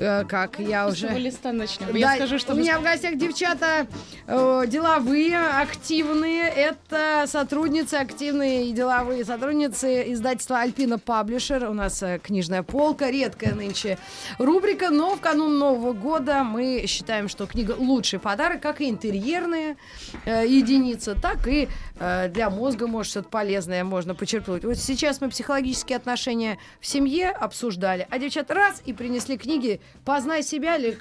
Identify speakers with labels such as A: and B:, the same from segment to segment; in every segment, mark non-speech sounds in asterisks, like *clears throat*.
A: Э, как я
B: С этого
A: уже...
B: листа начнем.
A: Да,
B: Я скажу, что
A: у
B: вы-
A: меня в гостях девчата э, деловые, активные. Это сотрудницы, активные и деловые сотрудницы издательства Альпина Паблишер. У нас э, книжная полка, редкая нынче рубрика, но в канун Нового года мы считаем, что книга лучший подарок, как и интерьерная э, единица, так и э, для мозга, может, что-то полезное можно почерпнуть. Вот сейчас мы психологические отношения в семье обсуждали, а девчат раз и принесли книги «Познай себя» или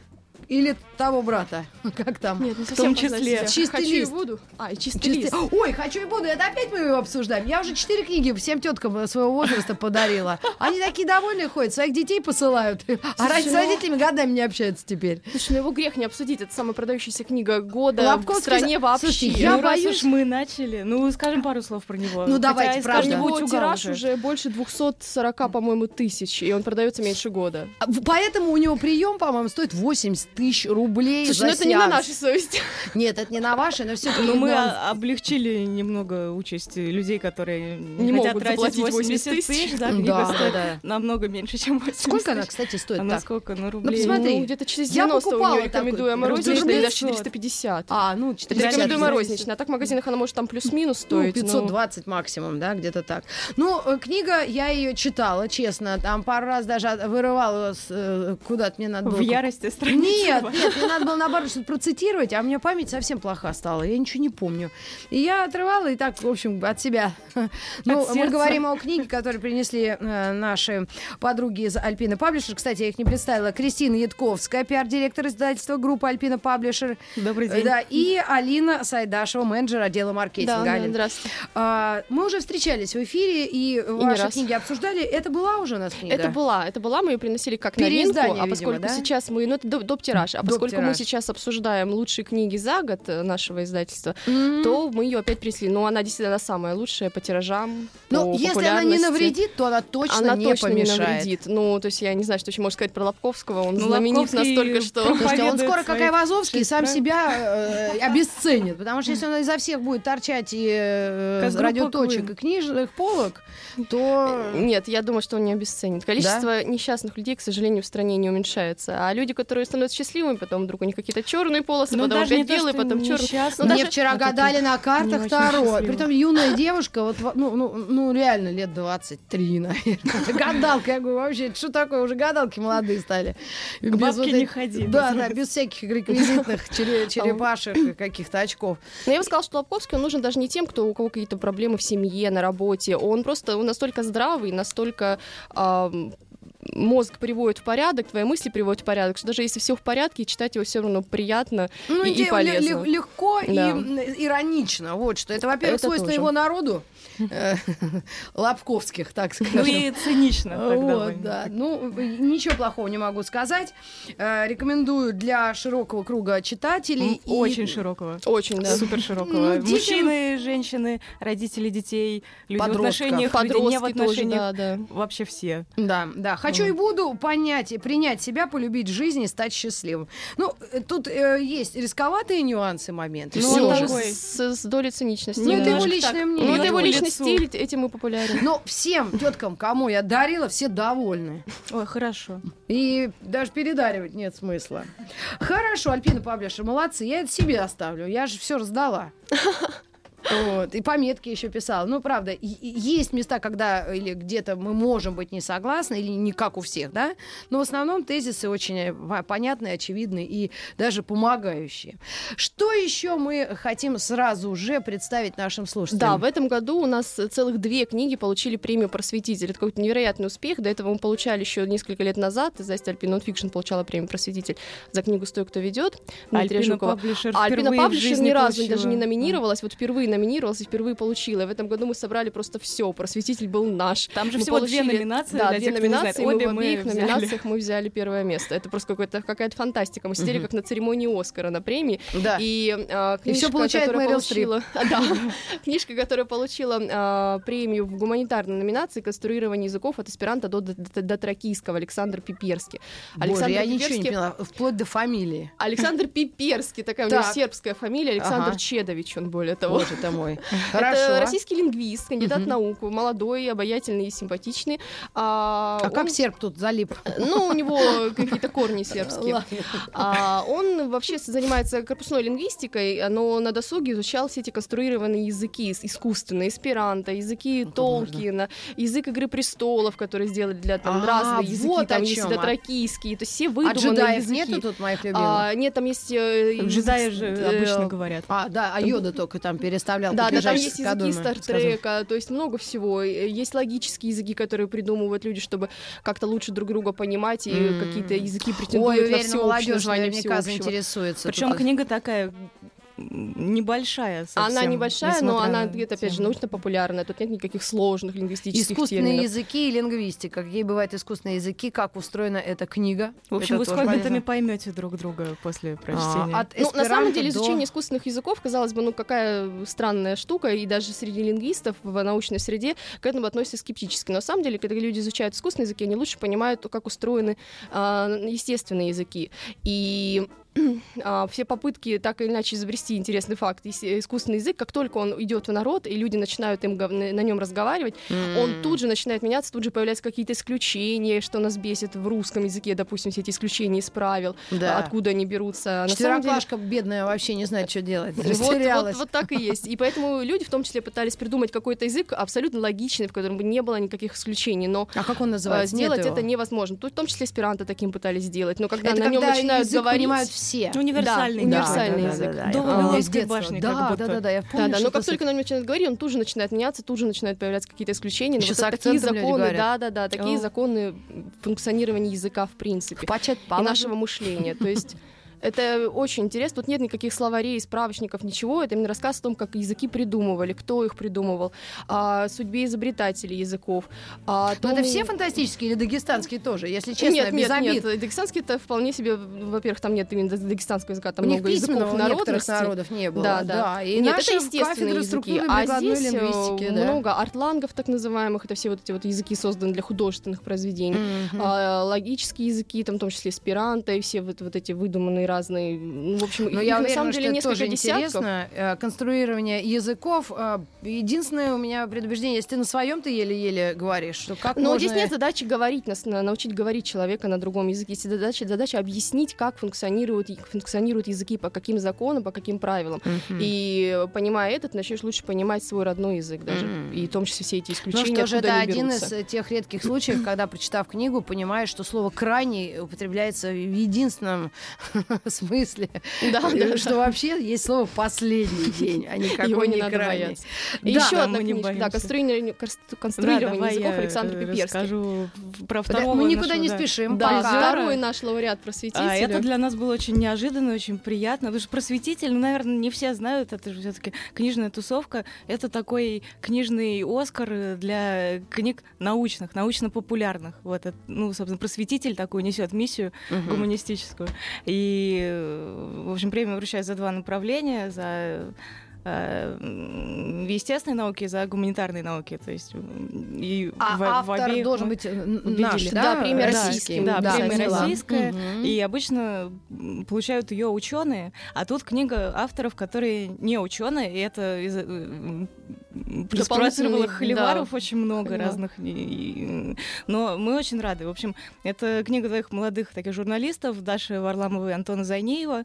A: или того брата. *laughs* Как там?
B: Нет, не
A: В
B: совсем
A: том числе.
B: познать себя.
A: Чистый
B: Хочу
A: лист.
B: и буду. А, и чистый,
A: Чистый-
B: лист.
A: Ой, хочу и буду. Это опять мы его обсуждаем. Я уже четыре книги всем теткам своего возраста подарила. Они такие довольные ходят, своих детей посылают. *laughs* А раньше с
B: ну-
A: родителями годами не общаются теперь.
B: Слушай, ну его грех не обсудить. Это самая продающаяся книга года
A: Лобковский
B: в стране
A: за-
B: вообще.
A: Э, Слушайте, я
C: ну, раз
A: боюсь-
C: уж мы начали, ну, скажем пару слов про него.
A: Ну, давайте,
C: из
A: правда.
C: каждого
B: Его
C: утюга
B: тираж
C: уже.
B: уже. больше 240, по-моему, тысяч, и он продается меньше года.
A: А в- Поэтому у него прием, по-моему, стоит 80 тысяч рублей
B: Слушай,
A: за
B: ну это не на
A: сеанс.
B: нашей совести.
A: Нет, это не на ваши, но все-таки...
C: Ну, мы а, облегчили немного участь людей, которые не,
B: Не
C: хотят
B: могут
C: тратить
B: заплатить
C: 80
B: 80
C: тысяч. Да, книга
A: Да,
C: стоит
A: да.
C: намного меньше, чем 80
A: Сколько она,
C: тысяч.
A: кстати, стоит?
C: Она
A: так?
C: сколько? Ну, рублей.
A: посмотри,
B: Ну, где-то через
A: я
B: 90 у
A: покупала
B: нее
A: такую.
B: рекомендуемая
A: Рублей
B: розничная, и даже
C: 500.
B: 450.
A: А, ну,
B: Это рекомендуемая
A: 450.
B: розничная. А так в магазинах она может там плюс-минус
A: Ну,
B: стоить. но-
A: 520 максимум, да, где-то так. Ну, э, книга, я ее читала, честно. Там пару раз даже от- вырывала с, э, куда-то мне надо было.
C: Ну, В ярости страница. *laughs*
A: Нет, нет, мне надо было наоборот что-то процитировать, а у меня память совсем плоха стала, я ничего не помню. И я отрывала и так, в общем, от себя. Ну,
C: От
A: мы
C: сердца.
A: говорим о книге, которую принесли э, наши подруги из Альпина Паблишер. Кстати, я их не представила. Кристина Ядковская, пиар-директор издательства группы Альпина Паблишер.
C: Добрый
A: Э,
C: день.
A: Да, и Алина Сайдашева, менеджер отдела маркетинга.
B: Да, да,
A: Алин,
B: здравствуйте.
A: а, мы уже встречались в эфире и,
B: не
A: ваши
B: раз.
A: книги обсуждали. Это была уже у нас книга?
B: Это была, это была, мы ее приносили как новинку,
A: Переиздание,
B: а
A: видимо,
B: поскольку
A: да?
B: сейчас мы, ну это доп- доп-тираж, а поскольку мы
A: Доп-тираж.
B: сейчас обсуждаем лучшие книги за год э, нашего издательства,
A: М.
B: то мы ее опять принесли. Но она действительно она самая лучшая по тиражам,
A: Ну,
B: по
A: если она не
B: популярности.
A: навредит, то она точно
B: она
A: не
B: точно
A: помешает.
B: не навредит. Ну, то есть я не знаю, что еще можно сказать про Лобковского, он
C: Ну,
B: знаменит
C: Лобковский
B: настолько, что...
C: про-
A: Слушайте, а он
C: Поведает
A: скоро, как
C: свои
A: Айвазовский, сам
C: шесть
A: себя э, обесценит. Потому что если он изо всех будет торчать и э,
C: Как группа
A: радиоточек,
C: Queen.
A: и книжных полок, то... э,
B: Нет, я думаю, что он не обесценит. Количество несчастных людей, к сожалению, в стране не уменьшается. А люди, которые становятся счастливыми, потом вдруг у них какие-то черные полосы,
C: Ну,
B: потом
C: даже не
B: опять
C: то,
B: белые,
C: что
B: потом черные.
C: несчастный.
B: Ну,
A: Мне
B: даже-
A: вчера
C: Вот это
A: гадали на картах
C: очень
A: Таро.
C: счастливо.
A: Притом юная девушка, вот, во- ну, ну, ну, реально лет 23, *laughs* наверное. Гадалка, я говорю, вообще, что такое, уже гадалки молодые стали. Без
C: бабке
A: вот
C: не
A: этих-
C: ходи,
A: Да, да,
C: называется.
A: без А всяких *laughs* реквизитных чере- черепашек и каких-то очков.
B: Но я бы сказала, что Лобковский он нужен даже не тем, кто у кого какие-то проблемы в семье, на работе. Он просто он настолько здравый, настолько ам, мозг приводит в порядок, твои мысли приводят в порядок, что даже если все в порядке, читать его все равно приятно
A: Ну,
B: и, и
A: идея ле-
B: полезно.
A: лег- легко и
B: Да.
A: м, иронично. Вот что. Это, во-первых,
B: Это
A: свойство
B: тоже.
A: его *laughs* народу. э, Лобковских, так
C: Ну
A: скажем.
C: и цинично так
A: Э, Вот,
C: довольно.
A: да. Ну, ничего плохого не могу сказать. Э, Рекомендую для широкого круга читателей.
C: М,
A: и-
C: Очень широкого.
B: Очень, да.
C: Супер широкого.
A: Ну, детям-
C: Мужчины, женщины, родители детей, люди в
A: Подростков.
C: отношениях, люди не в
B: Подростки тоже,
C: отношениях.
B: да, да.
C: Вообще все.
A: Да, да. Хочу и буду понять, и принять себя, полюбить жизнь и стать счастливым. Ну, э, тут э, есть рисковатые нюансы, моменты.
C: Ну,
A: всё
C: он
B: он
A: же.
B: даже
C: такой.
B: с, с долей циничности.
A: Ну, это его
B: немножко.
A: личное мнение.
B: Ну, это его
A: Его
B: личный
C: лицу.
B: стиль, этим и популярен.
A: Но всем теткам, кому я дарила, все довольны.
C: Ой, хорошо.
A: И даже передаривать нет смысла. Хорошо, Альпина Паблишер, молодцы. Я это себе оставлю. Я же все раздала. Вот. И пометки еще писала. Ну, правда, и- и есть места, когда э, или где-то мы можем быть не согласны, или не как у всех, да? Но в основном тезисы очень э, по- понятные, очевидные и даже помогающие. Что еще мы хотим сразу же представить нашим слушателям?
B: Да, в этом году у нас э, целых две книги получили премию «Просветитель». Это какой-то невероятный успех. До этого мы получали еще несколько лет назад. Издательство «Альпина Нонфикшн» получала премию «Просветитель» за книгу «Стой, кто ведет» Дмитрия
C: Альпина
B: Жукова.
C: Паблишер
B: А Альпина
C: впервые в
B: Паблишер
C: жизни
B: ни разу
C: получила.
B: даже не
C: Да.
B: номинировалась. Вот впервые номинировалась и впервые получила. И в этом году мы собрали просто все. Просветитель был наш.
C: Там же
B: Мы
C: всего Ну, две
B: получили-
C: номинации,
B: Да,
C: для
B: две
C: тех, кто не знает.
B: номинации. Мы
C: Обе
B: в
C: мы
B: обеих
C: взяли. *laughs*
B: номинациях мы взяли первое место. Это просто какой-то- какая-то фантастика. Мы сидели
A: Мгм.
B: как на церемонии Оскара на премии.
A: Да.
B: И а, книжка,
A: всё получает
B: которая
A: Мэрил
B: получила, *laughs* да, книжка, которая получила а, премию в гуманитарной номинации «Конструирование языков от эсперанто до до- дотракийского» Александр Пиперский.
A: Боже, я ничего не
B: Пиперский-
A: поняла, вплоть до фамилии. *laughs*
B: Александр Пиперский, такая у него
A: Так.
B: сербская фамилия, Александр
A: Ага.
B: Чедович он более того.
A: Боже ты мой.
B: Это
A: Хорошо.
B: российский лингвист, кандидат
A: Мгм.
B: наук, молодой, обаятельный и симпатичный. А,
A: А
B: он-
A: как серб тут залип? А
B: Ну, у него какие-то корни сербские. А, он вообще с- занимается корпусной лингвистикой, а, но на досуге изучал все эти конструированные языки с- искусственные, эсперанто, языки
A: Вот Ну, это
B: Толкина, язык Игры престолов, который сделали для там
A: А,
B: разных языки,
A: вот
B: там
A: о
B: есть
A: чём, а.
B: дотракийские, то есть все
A: А
B: выдуманные
A: джедаев
B: языки.
A: нету тут моих любимых?
B: А, нет, там есть э, язык
C: Джедаи
B: с-
C: же
B: э,
C: обычно говорят.
A: А, да, а Йода только там переставлял.
B: да,
A: как
B: да, там
A: лежачий
B: есть
A: скадоны,
B: языки Стартрека, то есть много всего. Э, Есть логические языки, которые придумывают люди, чтобы как-то лучше друг друга понимать, и
A: М.
B: какие-то языки
A: сказал.
B: претендуют
A: Ой,
B: на
A: уверена,
B: всеобщее
A: молодежь
B: название
A: наверняка
B: всеобщего.
A: заинтересуется.
C: Причем
A: тут.
C: книга такая м, небольшая совсем.
B: а, Она небольшая, но
C: несмотря
B: она,
C: на
B: где-то, опять же,
C: тему.
B: научно-популярная. Тут нет никаких сложных лингвистических
A: Искусственные
B: терминов.
A: языки и лингвистика. Какие бывают искусственные языки? Как устроена эта книга?
C: В общем,
A: Это
C: вы с
A: тоже
C: комментами
A: полезно.
C: поймете друг друга после
A: А,
C: прочтения.
A: от
B: Ну, на самом
A: эсперанто
B: деле,
A: до-
B: изучение искусственных языков, казалось бы, ну какая странная штука, и даже среди лингвистов в научной среде к этому относятся скептически. Но на самом деле, когда люди изучают искусственные языки, они лучше понимают, как устроены а, естественные языки. И *clears throat* а, все попытки так или иначе изобрести интересный факт, ес- искусственный язык, как только он идет в народ, и люди начинают им, гов- на нем разговаривать,
A: М.
B: он тут же начинает меняться, тут же появляются какие-то исключения, что нас бесит в русском языке, допустим, все эти исключения из правил,
A: Да.
B: откуда они берутся. А На самом деле-
A: Четвероклашка бедная вообще не знает, что делать.
B: вот, вот,
A: Растерялась.
B: вот так и есть. И поэтому люди в том числе пытались придумать какой-то язык абсолютно логичный, в котором бы не было никаких исключений, но
A: А как он
B: э,
A: называется?
B: сделать
A: Нет
B: это
A: его.
B: невозможно. Тут в том числе эсперанто таким пытались сделать, но когда
A: Это
B: на нем
A: когда
B: начинают
A: язык
B: говорить...
A: понимают все.
C: Универсальный.
B: Да,
C: язык.
B: А, универсальный
A: да, да,
B: язык.
A: да, да.
C: До
A: А, с
C: Вавилонской
A: детства.
C: башни
A: Да,
C: как будто.
A: да, да, да, я помню.
B: Да, да, но
A: что-то
B: как
A: с
B: только на него начинают говорить, он тут же начинает меняться, тут же начинают появляться какие-то исключения. Но
A: Еще с
B: вот это такие
A: акцентом люди
B: законы,
A: говорят.
B: да, да, да, такие
C: О.
B: законы функционирования языка в принципе.
A: Пачет
B: и нашего мышления. То есть *laughs* это очень интересно. Тут нет никаких словарей, справочников, ничего. Это именно рассказ о том, как языки придумывали, кто их придумывал, о судьбе изобретателей языков. о
A: Но
B: том-
A: ну, это все фантастические или дагестанские тоже, если честно,
B: нет,
A: без
B: нет,
A: обид.
B: нет. Дагестанский это вполне себе, во-первых, там нет именно дагестанского языка, там
A: У них
B: много языков
A: письменного у некоторых
B: народностей.
A: народов не было.
B: Да, да.
A: И
B: Нет,
A: наша
B: это естественные
A: кафедра
B: языки.
A: структурной
B: А
A: прикладной
B: здесь э,
A: лингвистики, да.
B: много артлангов, так называемых, это все вот эти вот языки созданы для художественных произведений.
A: Мгм.
B: А, логические языки, там, в том числе эсперанто и все вот, вот эти выдуманные разные, ну, в общем,
A: Но
B: их
A: я
B: на
A: уверена,
B: самом деле
A: что это
B: несколько
A: тоже
B: десятков.
A: интересно. Э, Конструирование языков. э, Единственное у меня предубеждение, если ты на своем ты еле-еле говоришь, что как
B: Но
A: можно...
B: Ну, здесь нет задачи говорить, нас, на- научить говорить человека на другом языке. Есть задача, задача объяснить, как функционируют, и- функционируют языки, по каким законам, по каким правилам.
A: Мгм.
B: И э, понимая этот, начнешь лучше понимать свой родной язык даже.
A: Мгм.
B: И в том числе все эти
A: Ну
B: исключения,
A: что же,
B: откуда
A: это
B: они
A: один
B: берутся.
A: из э,
C: *coughs*
A: тех редких случаев, когда, прочитав книгу, понимаешь, что слово «крайний» употребляется в единственном *laughs* смысле,
B: *laughs* Да,
A: А,
B: да, да.
A: что вообще есть слово «последний день», а
B: Его
A: никакой
B: не
A: не
B: надо
A: крайний.
B: бояться.
A: Да,
B: И еще
C: да,
B: одна
C: мы не
B: книжка, да,
C: боимся.
B: «Конструирование констру-
C: Да,
B: конструирование
C: давай
B: языков»
C: я,
B: Александр
C: э,
B: Пиперский.
C: расскажу про
A: Да,
C: второго
A: Мы никуда
C: нашего,
A: не
C: да.
A: спешим,
B: Да,
A: пока.
B: второй наш лауреат просветителя.
C: А это для нас было очень неожиданно, очень приятно. Потому что просветитель, ну, наверное, не все знают, это же все-таки книжная тусовка. Это такой книжный Оскар э, для книг научных, научно-популярных. Вот, это, ну, собственно, просветитель такую несет миссию
A: Мгм.
C: гуманистическую. И, э, в общем, премию вручают за два направления, за э, м, естественные науки и за гуманитарные науки. То есть м, и
A: А
C: в- в
A: автор
C: обеих
A: должен
C: мы-
A: быть э, н- наш,
C: убедили.
A: да?
B: Да, премия
C: Да,
B: российский,
C: да,
B: да,
C: премия
B: взяла.
C: российская.
A: Мгм.
C: И обычно м, получают ее ученые, а тут книга авторов, которые не ученые, и это из- э, м,
B: Дополнительные,
C: спровоцировало холиваров
B: да.
C: очень много
B: Поняла.
C: разных. и- и- но мы очень рады. В общем, это книга двоих молодых таких журналистов, Даши Варламовой и Антона Зайнеева,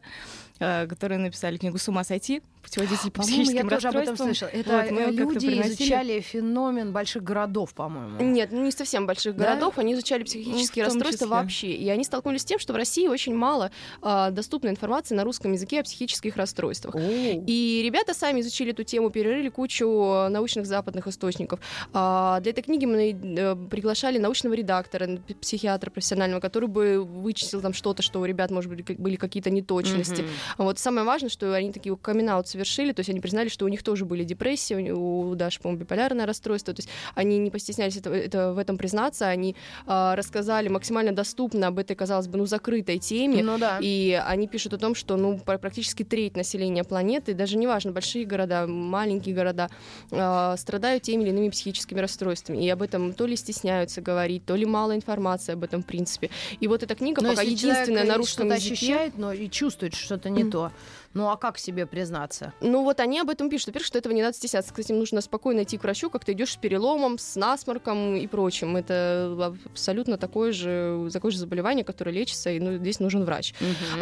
C: э, которые написали книгу «С ума сойти. Путеводитель по
A: По-моему, я
C: психическим
A: тоже об этом
C: расстройствам».
A: слышала. Это
C: Вот, мы
A: э,
C: как-то
A: люди
C: приносили.
A: изучали феномен больших городов, по-моему.
B: Нет, ну не совсем больших
A: Да?
B: городов. Они изучали психические
C: Ну, в том числе.
B: расстройства вообще. И они столкнулись с тем, что в России очень мало а, доступной информации на русском языке о психических расстройствах.
A: О.
B: И ребята сами изучили эту тему, перерыли кучу э, научных западных источников. А, для этой книги мы э, приглашали научного редактора, н- п- психиатра профессионального, который бы вычислил там что-то, что у ребят, может быть, как- были какие-то неточности.
A: Мгм.
B: А Вот самое важное, что они такие камин совершили, то есть они признали, что у них тоже были депрессии, у не- у Даши, по-моему, биполярное расстройство, то есть они не постеснялись это, это- в этом признаться, они а, рассказали максимально доступно об этой, казалось бы, ну, закрытой теме,
A: Ну да.
B: и они пишут о том, что ну, пр- практически треть населения планеты, даже неважно, большие города, маленькие города, а, страдают теми или иными психическими расстройствами. И об этом то ли стесняются говорить, то ли мало информации об этом, в принципе. И вот эта книга
A: Но
B: пока
A: если человек,
B: единственная
A: э,
B: на русском
A: что-то
B: языке.
A: ощущает, но и чувствует что что-то не
B: Мгм.
A: то. Ну а как себе признаться?
B: Ну вот они об этом пишут. Во-первых, что этого не надо стесняться. Кстати, нужно спокойно идти к врачу, как ты идешь с переломом, с насморком и прочим. Это абсолютно такое же, такое же заболевание, которое лечится, и ну, здесь нужен врач.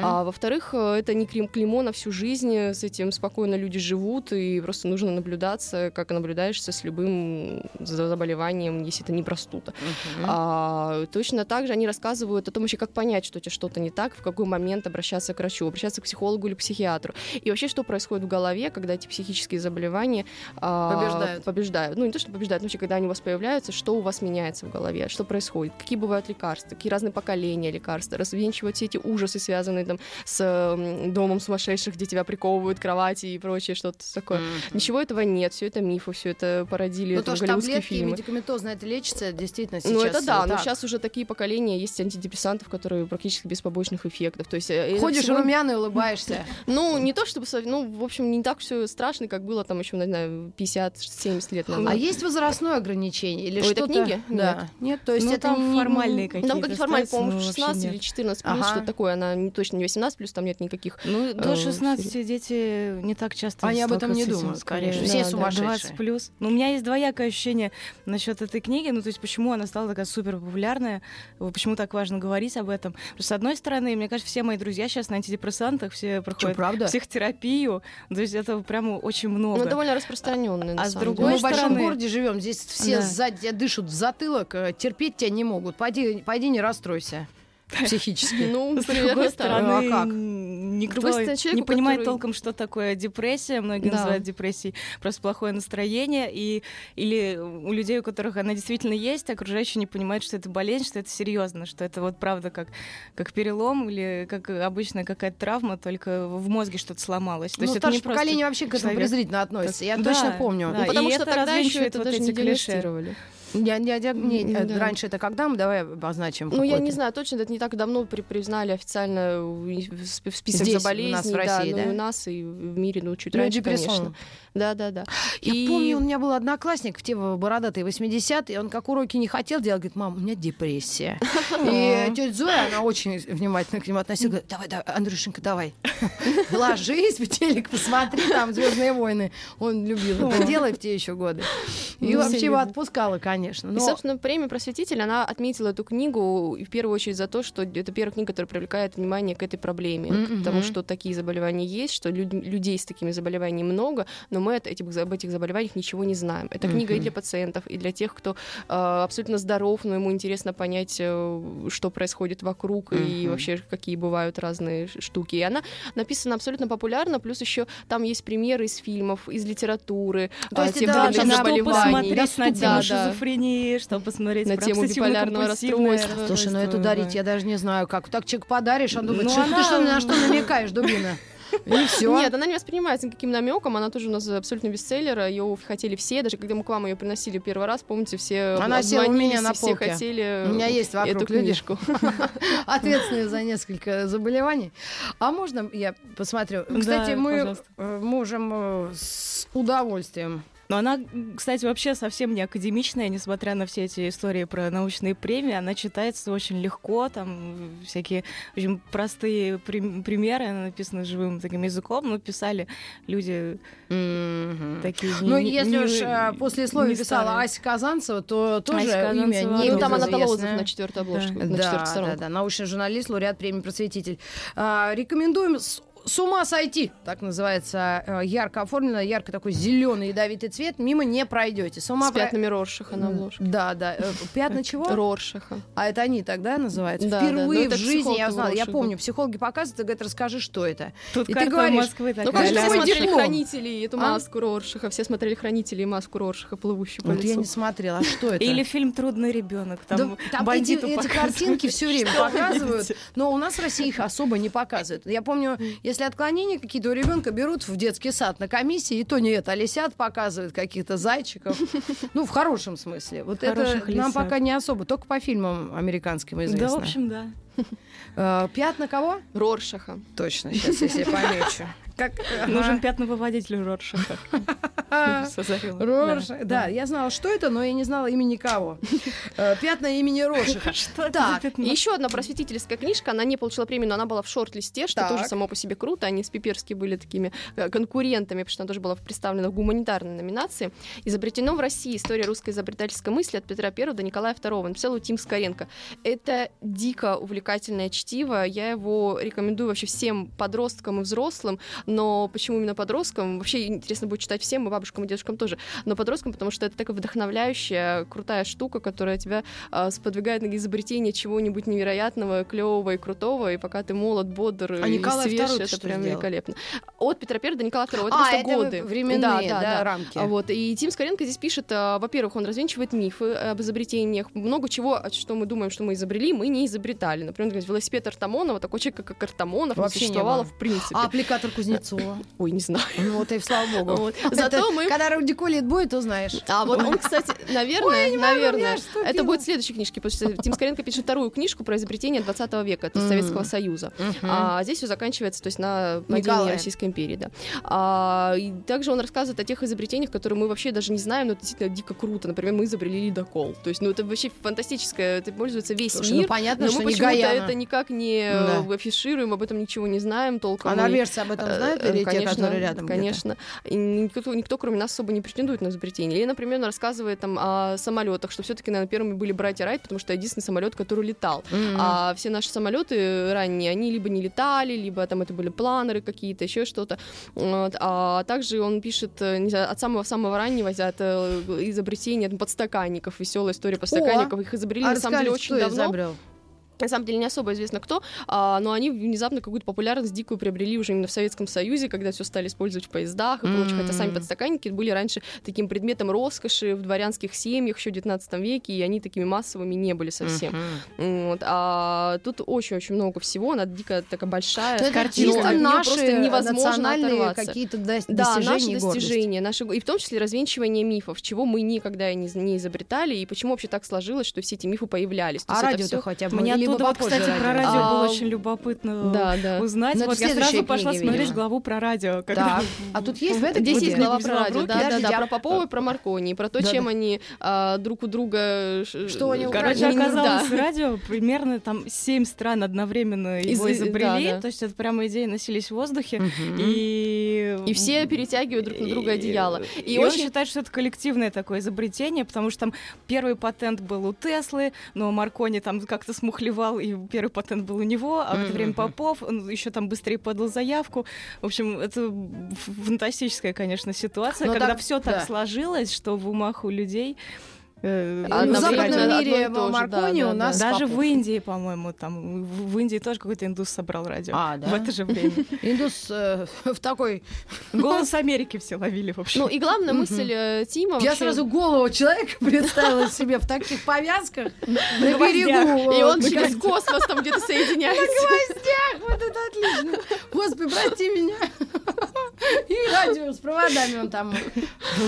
B: А во-вторых, э, это не крем клеймо на всю жизнь, э, с этим спокойно люди живут, и просто нужно наблюдаться, как наблюдаешься с любым за- заболеванием, если это не простуда.
A: А,
B: А, точно так же они рассказывают о том еще, как понять, что у тебя что-то не так, в какой момент обращаться к врачу, обращаться к психологу или психиатру. И вообще, что происходит в голове, когда эти психические заболевания а,
A: Побеждают.
B: побеждают. Ну, не то, что побеждают, но вообще, когда они у вас появляются, что у вас меняется в голове, что происходит, какие бывают лекарства, какие разные поколения лекарств, развенчивать все эти ужасы, связанные там с эм, домом сумасшедших, где тебя приковывают к кровати и прочее, что-то такое. Ничего этого нет, все это мифы, все это породили
A: Ну
B: там
A: то, что
B: голливудские
A: таблетки и
B: фильмы.
A: медикаментозно это лечится, действительно сейчас.
B: Ну, это да,
A: э,
B: но
A: так.
B: сейчас уже такие поколения есть антидепрессантов, которые практически без побочных эффектов. То есть, э, это
A: Ходишь
B: всего-
A: румяный,
B: *laughs*
A: улыбаешься.
B: Ну, не то чтобы... со- Ну, в общем, не так все страшно, как было там еще, не знаю, 50-70 лет назад.
A: А есть возрастное ограничение или
B: У этой
A: что-то?
B: книги?
A: Да. Нет, то есть
C: Ну,
A: это
C: там
A: не-
C: формальные
B: Ну,
C: какие-то
B: Там как формально,
C: страницы,
B: по-моему,
C: ну, вообще
B: 16
C: нет.
B: или 14 плюс,
A: Ага.
B: что такое. Она не, точно не 18 плюс, там нет никаких...
C: Ну,
B: э,
C: до 16 дети не так часто
A: Они об этом не
C: сталкиваются с этим,
A: думают,
C: скорее.
A: конечно.
B: Да,
A: Все
B: да.
A: сумасшедшие.
C: 20 плюс. Но у меня есть двоякое ощущение насчет этой книги. Ну, то есть, почему она стала такая супер популярная, почему так важно говорить об этом. Потому что, с одной стороны, мне кажется, все мои друзья сейчас на антидепрессантах, все
A: Что,
C: проходят
A: правда?
C: психотерапию. То есть это прямо очень
B: Ну,
C: много.
B: довольно распространенная, на
C: А с
B: самом
C: другой
A: Мы
B: деле.
A: в большом
C: стороны-
A: городе живем, здесь все
C: Да.
A: сзади тебя дышат в затылок, э, терпеть тебя не могут. Пойди, пойди не
B: *laughs*
A: расстройся психически.
B: Ну,
C: С другой
B: наверное, так.
C: стороны,
A: А как?
C: никто
B: Другой стороны, человеку,
C: не понимает
B: который-
C: толком, что такое депрессия. Многие
B: Да.
C: называют депрессией просто плохое настроение. И... Или у людей, у которых она действительно есть, окружающие не понимают, что это болезнь, что это серьезно, что это вот правда как, как перелом или как обычная какая-то травма, только в мозге что-то сломалось. То
A: Ну,
C: есть это не
A: старшее
C: просто...
A: поколение вообще к этому
C: человек.
A: презрительно относится. Я
C: Да,
A: точно помню.
C: да.
B: Ну, потому
C: и
B: что
C: это
B: тогда еще
C: развенчивает
B: это
C: вот
B: даже
C: эти
B: не
C: клише.
B: диагностировали.
A: Я- я- я- не,
B: М,
A: э,
B: да.
A: Раньше это когда мы? Давай обозначим.
B: Ну, я
A: какой-то.
B: не знаю, точно, это не так давно при- признали официально в в спи- в список
A: Здесь, у нас, в
B: заболезней.
A: России,
B: ну,
A: да?
B: и у нас, и в мире, ну, чуть
A: Ну,
B: раньше,
A: депрессон.
B: конечно. Да, да, да.
A: Я
B: И-
A: помню, у меня был одноклассник в те бородатые 80-е, он как уроки не хотел делать, говорит, мам, у меня депрессия. И тетя Зоя, она очень внимательно к нему относилась, говорит, давай, давай, Андрюшенька, *laughs* давай, ложись в телек, посмотри там «Звездные войны». Он любил это дело в те еще годы. И
B: Ну,
A: вообще
B: все
A: его
B: любят.
A: отпускала, конечно.
B: И,
A: Но
B: собственно, премия «Просветитель», она отметила эту книгу и в первую очередь за то, что это первая книга, которая привлекает внимание к этой проблеме,
A: Мгм.
B: к тому, что такие заболевания есть, что люд- людей с такими заболеваниями много, но мы от этих, об этих заболеваниях ничего не знаем. Это книга и
A: Мгм.
B: для пациентов, и для тех, кто э, абсолютно здоров, но ему интересно понять, э, что происходит вокруг и
A: Мгм.
B: вообще какие бывают разные ш- штуки. И она написана абсолютно популярно, плюс еще там есть примеры из фильмов, из литературы,
A: То
B: а,
A: есть
B: тех
A: это
B: или
A: вообще
B: иных
A: надо
C: что
B: заболеваний.
C: посмотреть на
B: Да,
C: тему
B: да.
C: шизофрении, что посмотреть
B: На
C: про
B: тему биполярного
C: обсессивно-компульсивное
B: расстройства.
A: Слушай, ну это
C: расстройство,
A: дарить,
C: э, да.
A: я даже не знаю, как. Так человек подаришь, он думает,
C: Ну,
A: что ты
C: она-
A: что, на
C: *laughs*
A: что намекаешь, дубина? И все.
B: Нет, она не воспринимается никаким намеком, она тоже у нас абсолютно бестселлер, ее хотели все, даже когда мы к вам ее приносили первый раз, помните, все
A: Она села у
B: обзвонились,
A: меня на
B: и все
A: полке.
B: хотели
C: Э,
A: У меня есть
B: эту
A: вокруг люди. *laughs*
B: книжку.
A: ответственные за несколько заболеваний. А можно я посмотрю?
C: Да,
A: Кстати, мы
C: пожалуйста.
A: э, можем э, с удовольствием.
C: Но она, кстати, вообще совсем не академичная, несмотря на все эти истории про научные премии. Она читается очень легко, там всякие очень простые прим- примеры, она написана живым таким языком, но писали люди
A: Мгм.
C: такие...
A: Ну,
C: не- не-
A: если
C: не-
A: уж э, после слова
C: не
A: писала
C: старые.
A: Ася Казанцева, то тоже
C: Казанцева,
A: имя
C: да.
A: не
B: Ну, там она
A: безызвестное.
B: отзыв на четвертой обложке,
C: Да.
B: на
A: Да,
B: четвертой
A: да,
B: стороне.
A: да, научный журналист, лауреат премии «Просветитель». А, Рекомендуем с с ума сойти, так называется, э, ярко оформлено, ярко такой зеленый ядовитый цвет, мимо не пройдете. С ума
B: С
A: про-
B: пятнами Роршаха на обложке.
A: Да, да. э, Пятна чего?
B: Роршаха.
A: А это они тогда называются?
B: Да, да,
A: Впервые
B: ну это
A: в жизни я
B: психологи
A: узнала. Я
B: лучше
A: помню, психологи показывают и говорят, расскажи, что это.
C: Тут
A: И ты
C: карта
A: говоришь,
C: Москвы такая.
B: Ну, конечно,
A: да.
B: все
A: Мой
B: смотрели
A: диплом.
B: «Хранители» и эту
A: А?
B: маску Роршаха, все смотрели «Хранители» и маску Роршаха, плывущую по
A: Вот я не
B: лицу.
A: смотрела, а что это?
C: Или фильм «Трудный ребенок».
A: Да,
C: Там,
A: Ну, там эти,
C: бандиту
A: эти
C: показывают.
A: картинки все время
C: Что вы
A: показывают,
C: видите?
A: но у нас в России их особо не показывают. Я помню, я Если отклонения какие-то у ребенка берут в детский сад на комиссии, и то нет, а лисят показывают каких-то зайчиков. Ну, в хорошем смысле. Вот это
C: Хороших
A: нам
C: лисят.
A: пока не особо, только по фильмам американским
C: Да, в
A: известно.
C: общем, да.
A: Э, Пятна кого?
B: Роршаха.
A: Точно, сейчас я себе помечу. *laughs* Как э,
C: Нужен пятновыводитель Роршаха. Созарила.
A: Рорш. А, Да, я знала, что это, но я не знала имени никого. Э, Пятна имени Рошиха.
C: Что это за
A: Так,
C: пятно?
B: Еще одна просветительская книжка, она не получила премию, но она была в шорт-листе, что
A: Так.
B: тоже само по себе круто. Они с Пиперски были такими э, конкурентами, потому что она тоже была представлена в гуманитарной номинации. Изобретено в России история русской изобретательской мысли от Петра I до Николая II. Написал его Тим Скоренко. Это дико увлекательное чтиво. Я его рекомендую вообще всем подросткам и взрослым. Но почему именно подросткам? Вообще интересно будет читать всем, и бабушкам, и дедушкам тоже. Но подросткам, потому что это такая вдохновляющая, крутая штука, которая тебя а, сподвигает на изобретение чего-нибудь невероятного, клевого и крутого, и пока ты молод, бодр
A: А
B: и
A: Николай
B: свеж,
A: II-то
B: это
A: что
B: прям
A: сделал?
B: великолепно. От Петра I до Николая II, это
A: А,
B: просто
A: это
B: годы.
A: временные,
B: да, да, да.
A: рамки.
B: А Вот. И Тим Скоренко здесь пишет, а, во-первых, он развенчивает мифы об изобретениях. Много чего, а что мы думаем, что мы изобрели, мы не изобретали. Например, говорит, велосипед Артамонова, такой человек, как Артамонов,
A: Вообще не
B: не существовало
A: было.
B: в принципе.
A: А аппликатор Кузнецова?
B: Ой, не знаю.
A: Ну вот и слава богу.
B: Вот. Зато
A: *laughs* Это
B: мы...
A: Когда радикулит будет, то знаешь.
B: А вот он, кстати, наверное, наверное,
A: аж ступила.
B: это будет в следующей книжке, потому что Тим Скоренко пишет вторую книжку про изобретение 20 века, то есть
A: Мгм.
B: Советского Союза. А здесь все заканчивается, то есть на
A: Николая.
B: падении Российской империи, да. А, и также он рассказывает о тех изобретениях, которые мы вообще даже не знаем, но это действительно дико круто. Например, мы изобрели ледокол. То есть, ну это вообще фантастическое, это пользуется весь
A: Слушай, ну
B: мир.
A: понятно,
B: Но
A: что
B: мы
A: не
B: почему-то
A: Гаяна.
B: это никак не
A: Да.
B: э, афишируем, об этом ничего не знаем толком.
A: А
B: и-
A: норвежцы об этом знают или те,
B: Э, Конечно,
A: которые рядом? где-то?
B: Конечно. И никто, никто, кроме нас, особо не претендует на изобретение. Или, например, он рассказывает там о самолетах, что все-таки, наверное, первыми были братья Райт, потому что это единственный самолет, который летал.
A: Мгм.
B: А все наши самолеты ранние, они либо не летали, либо там это были планеры какие-то, еще что-то. Вот. А также он пишет э, не знаю, от самого-самого раннего, от э, изобретения там, подстаканников, веселая история подстаканников. Их изобрели,
A: А
B: на самом деле,
A: расскажите,
B: очень
A: что
B: давно.
A: изобрел?
B: На самом деле не особо известно кто, а, но они внезапно какую-то популярность дикую приобрели уже именно в Советском Союзе, когда все стали использовать в поездах и прочее.
A: М.
B: Хотя сами подстаканники были раньше таким предметом роскоши в дворянских семьях еще в 19 веке, и они такими массовыми не были совсем. Э,
A: Мгм. Ну,
B: Вот. А тут очень-очень много всего, она дикая такая большая.
A: Это
C: картинка.
A: чисто
B: От неё
A: наши
B: просто невозможно
A: национальные
B: оторваться.
A: какие-то дос-
B: Да,
A: достижения и
B: наши
A: гордость.
B: достижения, наши... и в том числе развенчивание мифов, чего мы никогда и не, не изобретали, и почему вообще так сложилось, что все эти мифы появлялись. То
A: А
B: есть это
A: радио-то
B: всё-
A: хотя бы.
C: Мне
A: или
C: оттуда, вот,
A: попозже
C: кстати, про радио
B: А,
C: было очень любопытно
B: Да, да.
C: узнать.
A: Ну, это
C: вот
A: в
C: я
A: следующей
C: сразу пошла
A: книге,
C: смотреть
A: видимо.
C: главу про радио. как
A: Да. А тут есть в этой
B: Здесь
A: книге?
B: есть глава про
C: Взяла в
B: радио,
C: руки,
B: да, да,
A: подожди,
B: да,
A: я-
B: про Попова и про Маркони, и про то,
A: Да,
B: чем
A: да.
B: они а, друг у друга... ш- э,
A: Что они
C: Короче,
A: Правильно.
C: оказалось,
B: да.
C: радио примерно там семь стран одновременно его
B: Из-
C: изобрели.
B: да, да.
C: То есть это прямо идеи носились в воздухе.
A: Мгм.
C: И...
B: И все перетягивают друг на
A: э,
B: друга одеяло.
C: И,
B: И
C: он
B: очень-
C: считает, что это коллективное такое изобретение, потому что там первый патент был у Теслы, но Маркони там как-то смухлевал, и первый патент был у него, а в это время
A: Мгм.
C: Попов, он еще там быстрее подал заявку. В общем, это ф- фантастическая, конечно, ситуация,
B: Ну
A: Но
C: когда
A: так-
C: все так
A: да.
C: сложилось, что в умах у людей... э,
B: А
A: Ну, в
B: Одновременно
A: западном
B: одно и
A: мире
B: то же,
A: Маркони
B: да,
A: у
B: да,
A: нас
C: даже в
A: Попов.
C: Индии, по-моему, там в в Индии тоже какой-то индус собрал радио.
A: А, да?
C: В это же
B: *laughs*
C: время.
A: Индус э, *laughs* в такой...
C: Голос Америки все ловили вообще.
B: Ну и главная
A: Мгм.
B: мысль э, Тима...
A: Я
B: вообще-
A: сразу голову человека *laughs* представила себе в таких повязках на
C: гвоздях.
A: берегу.
B: И
A: э,
B: он
A: на
B: через космос там где-то соединяется.
A: гвоздях, вот это отлично. Господи, прости меня. И радио с проводами он там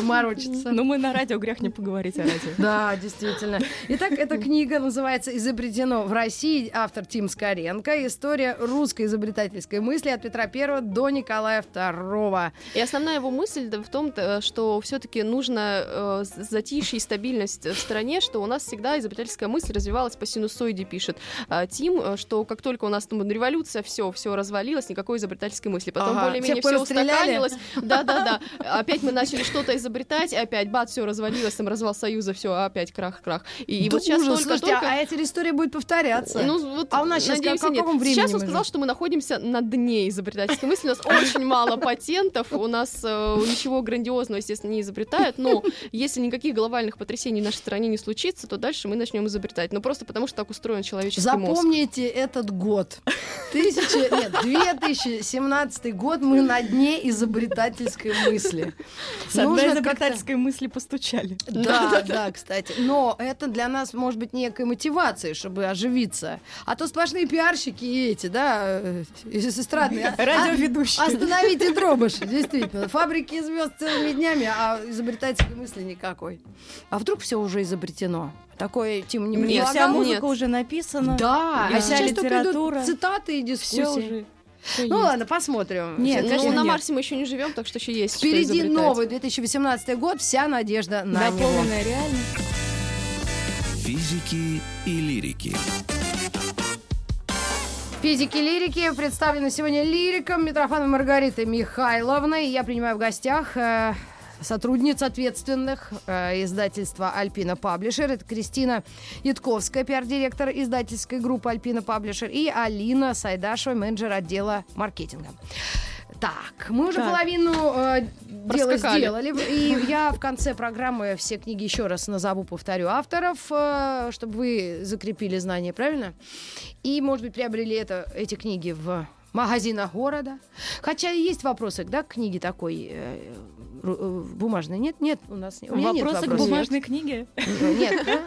A: морочится.
C: Ну мы на радио грех не поговорить о радио.
A: Да, действительно. Итак, эта книга называется «Изобретено в России». Автор Тим Скоренко. История русской изобретательской мысли от Петра I до Николая II.
B: И основная его мысль да, в том, то, что все-таки нужно э, з- затишье и стабильность э, в стране, что у нас всегда изобретательская мысль развивалась по синусоиде, пишет э, Тим, э, что как только у нас ну, революция, все, все развалилось, никакой изобретательской мысли. Потом
A: Ага.
B: более-менее
A: Всех
B: все
A: порастреляли?
B: устаканилось. Да-да-да. Опять мы начали что-то изобретать, и опять, бац, все развалилось, там развал Союза, все, опять крах-крах. И, и
A: Да
B: вот сейчас
A: ужас, слушайте,
B: только-только...
A: а эта история будет повторяться.
B: Ну, вот,
A: А у нас сейчас
B: надеемся,
A: как- в
B: нет.
A: каком времени
B: Сейчас он
A: мы
B: сказал,
A: живем?
B: что мы находимся на дне изобретательской мысли. У нас очень мало патентов, у нас э, ничего грандиозного, естественно, не изобретают, но если никаких глобальных потрясений в нашей стране не случится, то дальше мы начнем изобретать. Но просто потому, что так устроен человеческий мозг.
A: Запомните этот год. Тысяча, нет, 2017 год мы на дне изобретательской мысли.
C: С одной
A: Нужно
C: изобретательской мысли постучали.
A: Да, да, кстати. Но это для нас может быть некой мотивацией, чтобы оживиться. А то сплошные пиарщики и эти, да, э, из
C: *laughs*
A: эстрадные. А-
C: Радиоведущие.
A: Остановите дробыш, действительно. Фабрики звезд целыми днями, а изобретательской мысли никакой. А вдруг все уже изобретено? Такое, Тим, не
B: Нет,
C: И вся
A: предлагал?
B: нет.
C: музыка уже написана.
A: Да,
C: И
A: а
C: вся
A: сейчас только идут
C: литература.
A: цитаты и дискуссии.
C: Все уже. всё
A: Ну
C: есть.
A: ладно, посмотрим.
C: Нет,
A: Всё-
B: Ну,
C: конечно,
B: на
C: нет.
B: Марсе мы еще не живем, так что еще есть. что
A: Впереди
B: изобретать.
A: новый 2018 год, вся надежда на него.
C: Дополненная реальность.
D: Физики и лирики.
A: Физики лирики представлены сегодня лириком Митрофаном Маргаритой Михайловной. Я принимаю в гостях э, сотрудниц ответственных э, издательства «Альпина Паблишер». Это Кристина Ятковская, пиар-директор издательской группы «Альпина Паблишер», и Алина Сайдашева, менеджер отдела маркетинга. Так, мы уже
C: Так.
A: половину э, дела
B: Проскакали.
A: сделали. И я в конце программы все книги еще раз назову, повторю авторов, э, чтобы вы закрепили знания, правильно? И, может быть, приобрели это, эти книги в магазинах города. Хотя и есть вопросы, да, к книге такой э, ру- э, бумажной. Нет, нет, у нас не- у меня нет
C: Вопросы к
A: вопросов.
C: бумажной книге?
A: *laughs* Нет, да?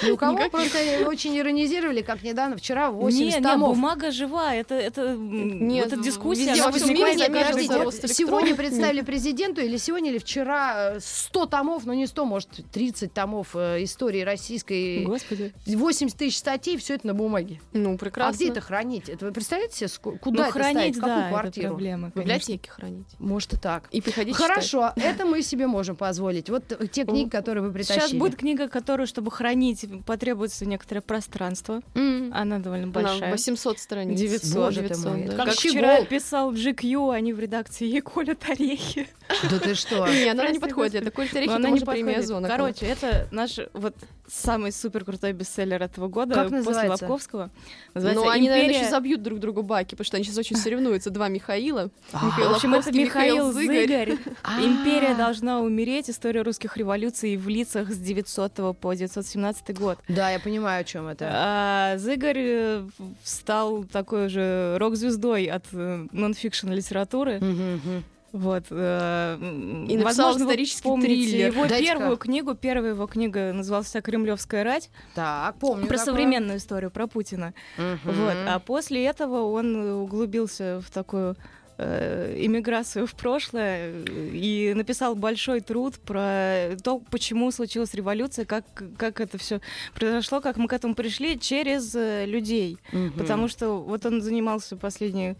A: Ни у кого просто очень иронизировали, как недавно, вчера 8
C: Не, не,
A: томов.
C: бумага жива, это, это, м,
B: Нет,
A: ну,
C: вот эта дискуссия,
B: везде
C: она
B: во всем
C: возникла
B: мире
C: за
B: заказывают
C: каждый
A: Подождите,
C: год.
B: голос электронный.
A: сегодня представили президенту, или сегодня, или вчера э, 100 томов, ну не 100, может, 30 томов э, истории российской,
B: Господи.
C: Ну,
A: 80 тысяч статей, все это на бумаге.
B: Ну, прекрасно.
A: А где это хранить? Это вы представляете себе, ско- куда
C: Ну,
A: это ставить,
C: хранить,
A: в какую
C: да, это
A: квартиру?
C: проблема,
B: В
C: конечно.
B: библиотеке хранить.
A: Может и так.
B: И приходить
A: Хорошо, это мы себе можем позволить. Вот т- те книги, которые вы притащили.
C: Сейчас будет книга, которую, чтобы хранить, потребуется некоторое пространство.
A: М.
C: Она довольно
B: читать. Она
C: большая.
B: 800 страниц.
C: 900,
A: Боже ты
B: 900,
A: мой,
B: да.
A: это
C: Как,
A: Как
C: вчера
A: щегол.
C: писал GQ, они а в редакции ей колят орехи.
A: Да ты
C: *laughs*
A: что?
B: Не, она не
C: Прости,
B: подходит. Это
C: Но
B: культурехи,
C: она
B: это
C: не
B: уже
C: подходит.
B: премия зона.
C: Короче, это наш вот самый супер крутой бестселлер этого года
A: Как
C: после
A: называется?
C: Лобковского. Называется
B: но они, наверное,
C: «Империя».
B: еще забьют друг другу баки, потому что они сейчас очень соревнуются. Два Михаила. Михаил
C: В общем, это
B: Лобковский,
C: Михаил
B: Зыгарь.
C: Зыгарь.
A: А.
C: *laughs* Империя должна умереть. История русских революций в лицах с 900 по 917 год.
A: Да, я понимаю, о чем это.
C: А Зыгарь э, стал такой же рок-звездой от э, нонфикшн литературы.
A: Мгм, мгм.
C: Вот. э, м,
B: И написал
C: возможно, вы
B: исторический
C: помните
B: триллер.
C: Его
A: Дайте-ка.
C: первую книгу, первая его книга называлась вся «Кремлевская рать»
A: Так, помню.
C: про
A: такое.
C: современную историю, про Путина.
A: Мгм.
C: Вот. А после этого он э, углубился в такую э, иммиграцию в прошлое э, и написал большой труд про то, почему случилась революция, как, как это все произошло, как мы к этому пришли через э, людей.
A: Мгм.
C: Потому что вот он занимался последние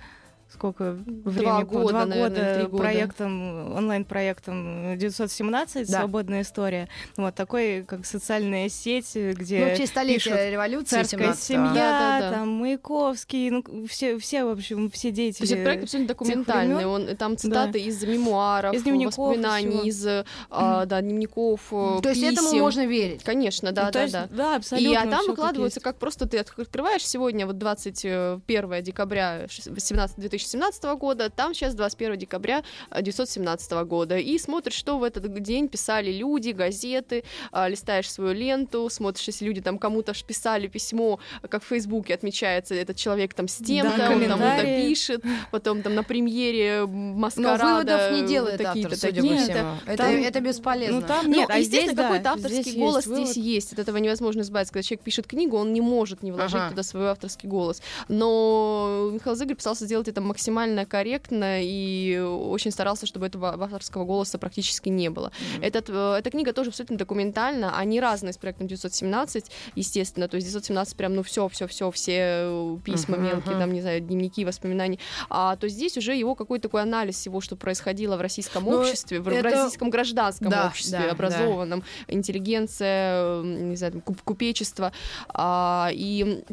C: сколько времени?
B: года, наверное, или три года.
C: проектом, онлайн-проектом 917
A: Да.
C: «Свободная история». Вот такой, как социальная сеть, где
A: Ну, вообще столетие
C: пишут
A: революции
C: царская
A: 17
C: семья,
B: Да-да-да.
C: там Маяковский, ну, все, все, в общем, все деятели.
B: То есть этот проект абсолютно документальный. Он, там цитаты из мемуаров,
C: Из дневников, из всего.
B: воспоминаний, из э, а, да, дневников, э,
A: То есть этому
B: писем.
A: можно верить.
B: Конечно,
C: Ну,
B: да,
C: то
B: да,
C: есть,
B: да.
C: абсолютно.
B: и а там
C: всё как
B: выкладываются,
C: есть.
B: как, просто ты отк- открываешь сегодня, вот 21 декабря шест- 18 2017 года, там сейчас 21 декабря э, 917 года, и смотришь, что в этот день писали люди, газеты, а, листаешь свою ленту, смотришь, если люди там кому-то ж писали письмо, как в Фейсбуке отмечается этот человек там с тем-то,
C: Да,
B: он там то
C: комментарии.
B: пишет, потом там на премьере м,
A: Но
B: маскарада.
A: выводов не
B: э,
A: делает
B: такие-то,
A: автор, судя по
B: такие-то.
A: всему. Это,
C: там-
A: это бесполезно.
C: Ну, там
B: Ну,
C: нет, а
B: естественно,
C: здесь, да,
B: какой-то авторский
C: здесь
B: голос
C: есть вывод.
B: здесь есть. От этого невозможно избавиться. Когда человек пишет книгу, он не может не вложить
A: Ага.
B: туда свой авторский голос. Но Михаил Зыгорь пытался сделать это максимально корректно и очень старался, чтобы этого авторского голоса практически не было. Этот, э, эта книга тоже абсолютно документальна. Они разные с проектом 917, естественно. То есть 917 прям, ну, все, все, все, все э, письма
A: Мгм,
B: мелкие,
A: мгм.
B: там, не знаю, дневники, воспоминания. А то здесь уже его какой-то такой анализ всего, что происходило в российском
A: Ну,
B: обществе, в
A: это-
B: российском гражданском
A: Да,
B: обществе,
A: да, да.
B: образованном, интеллигенция, э, не знаю, там, куп- купечество. А, и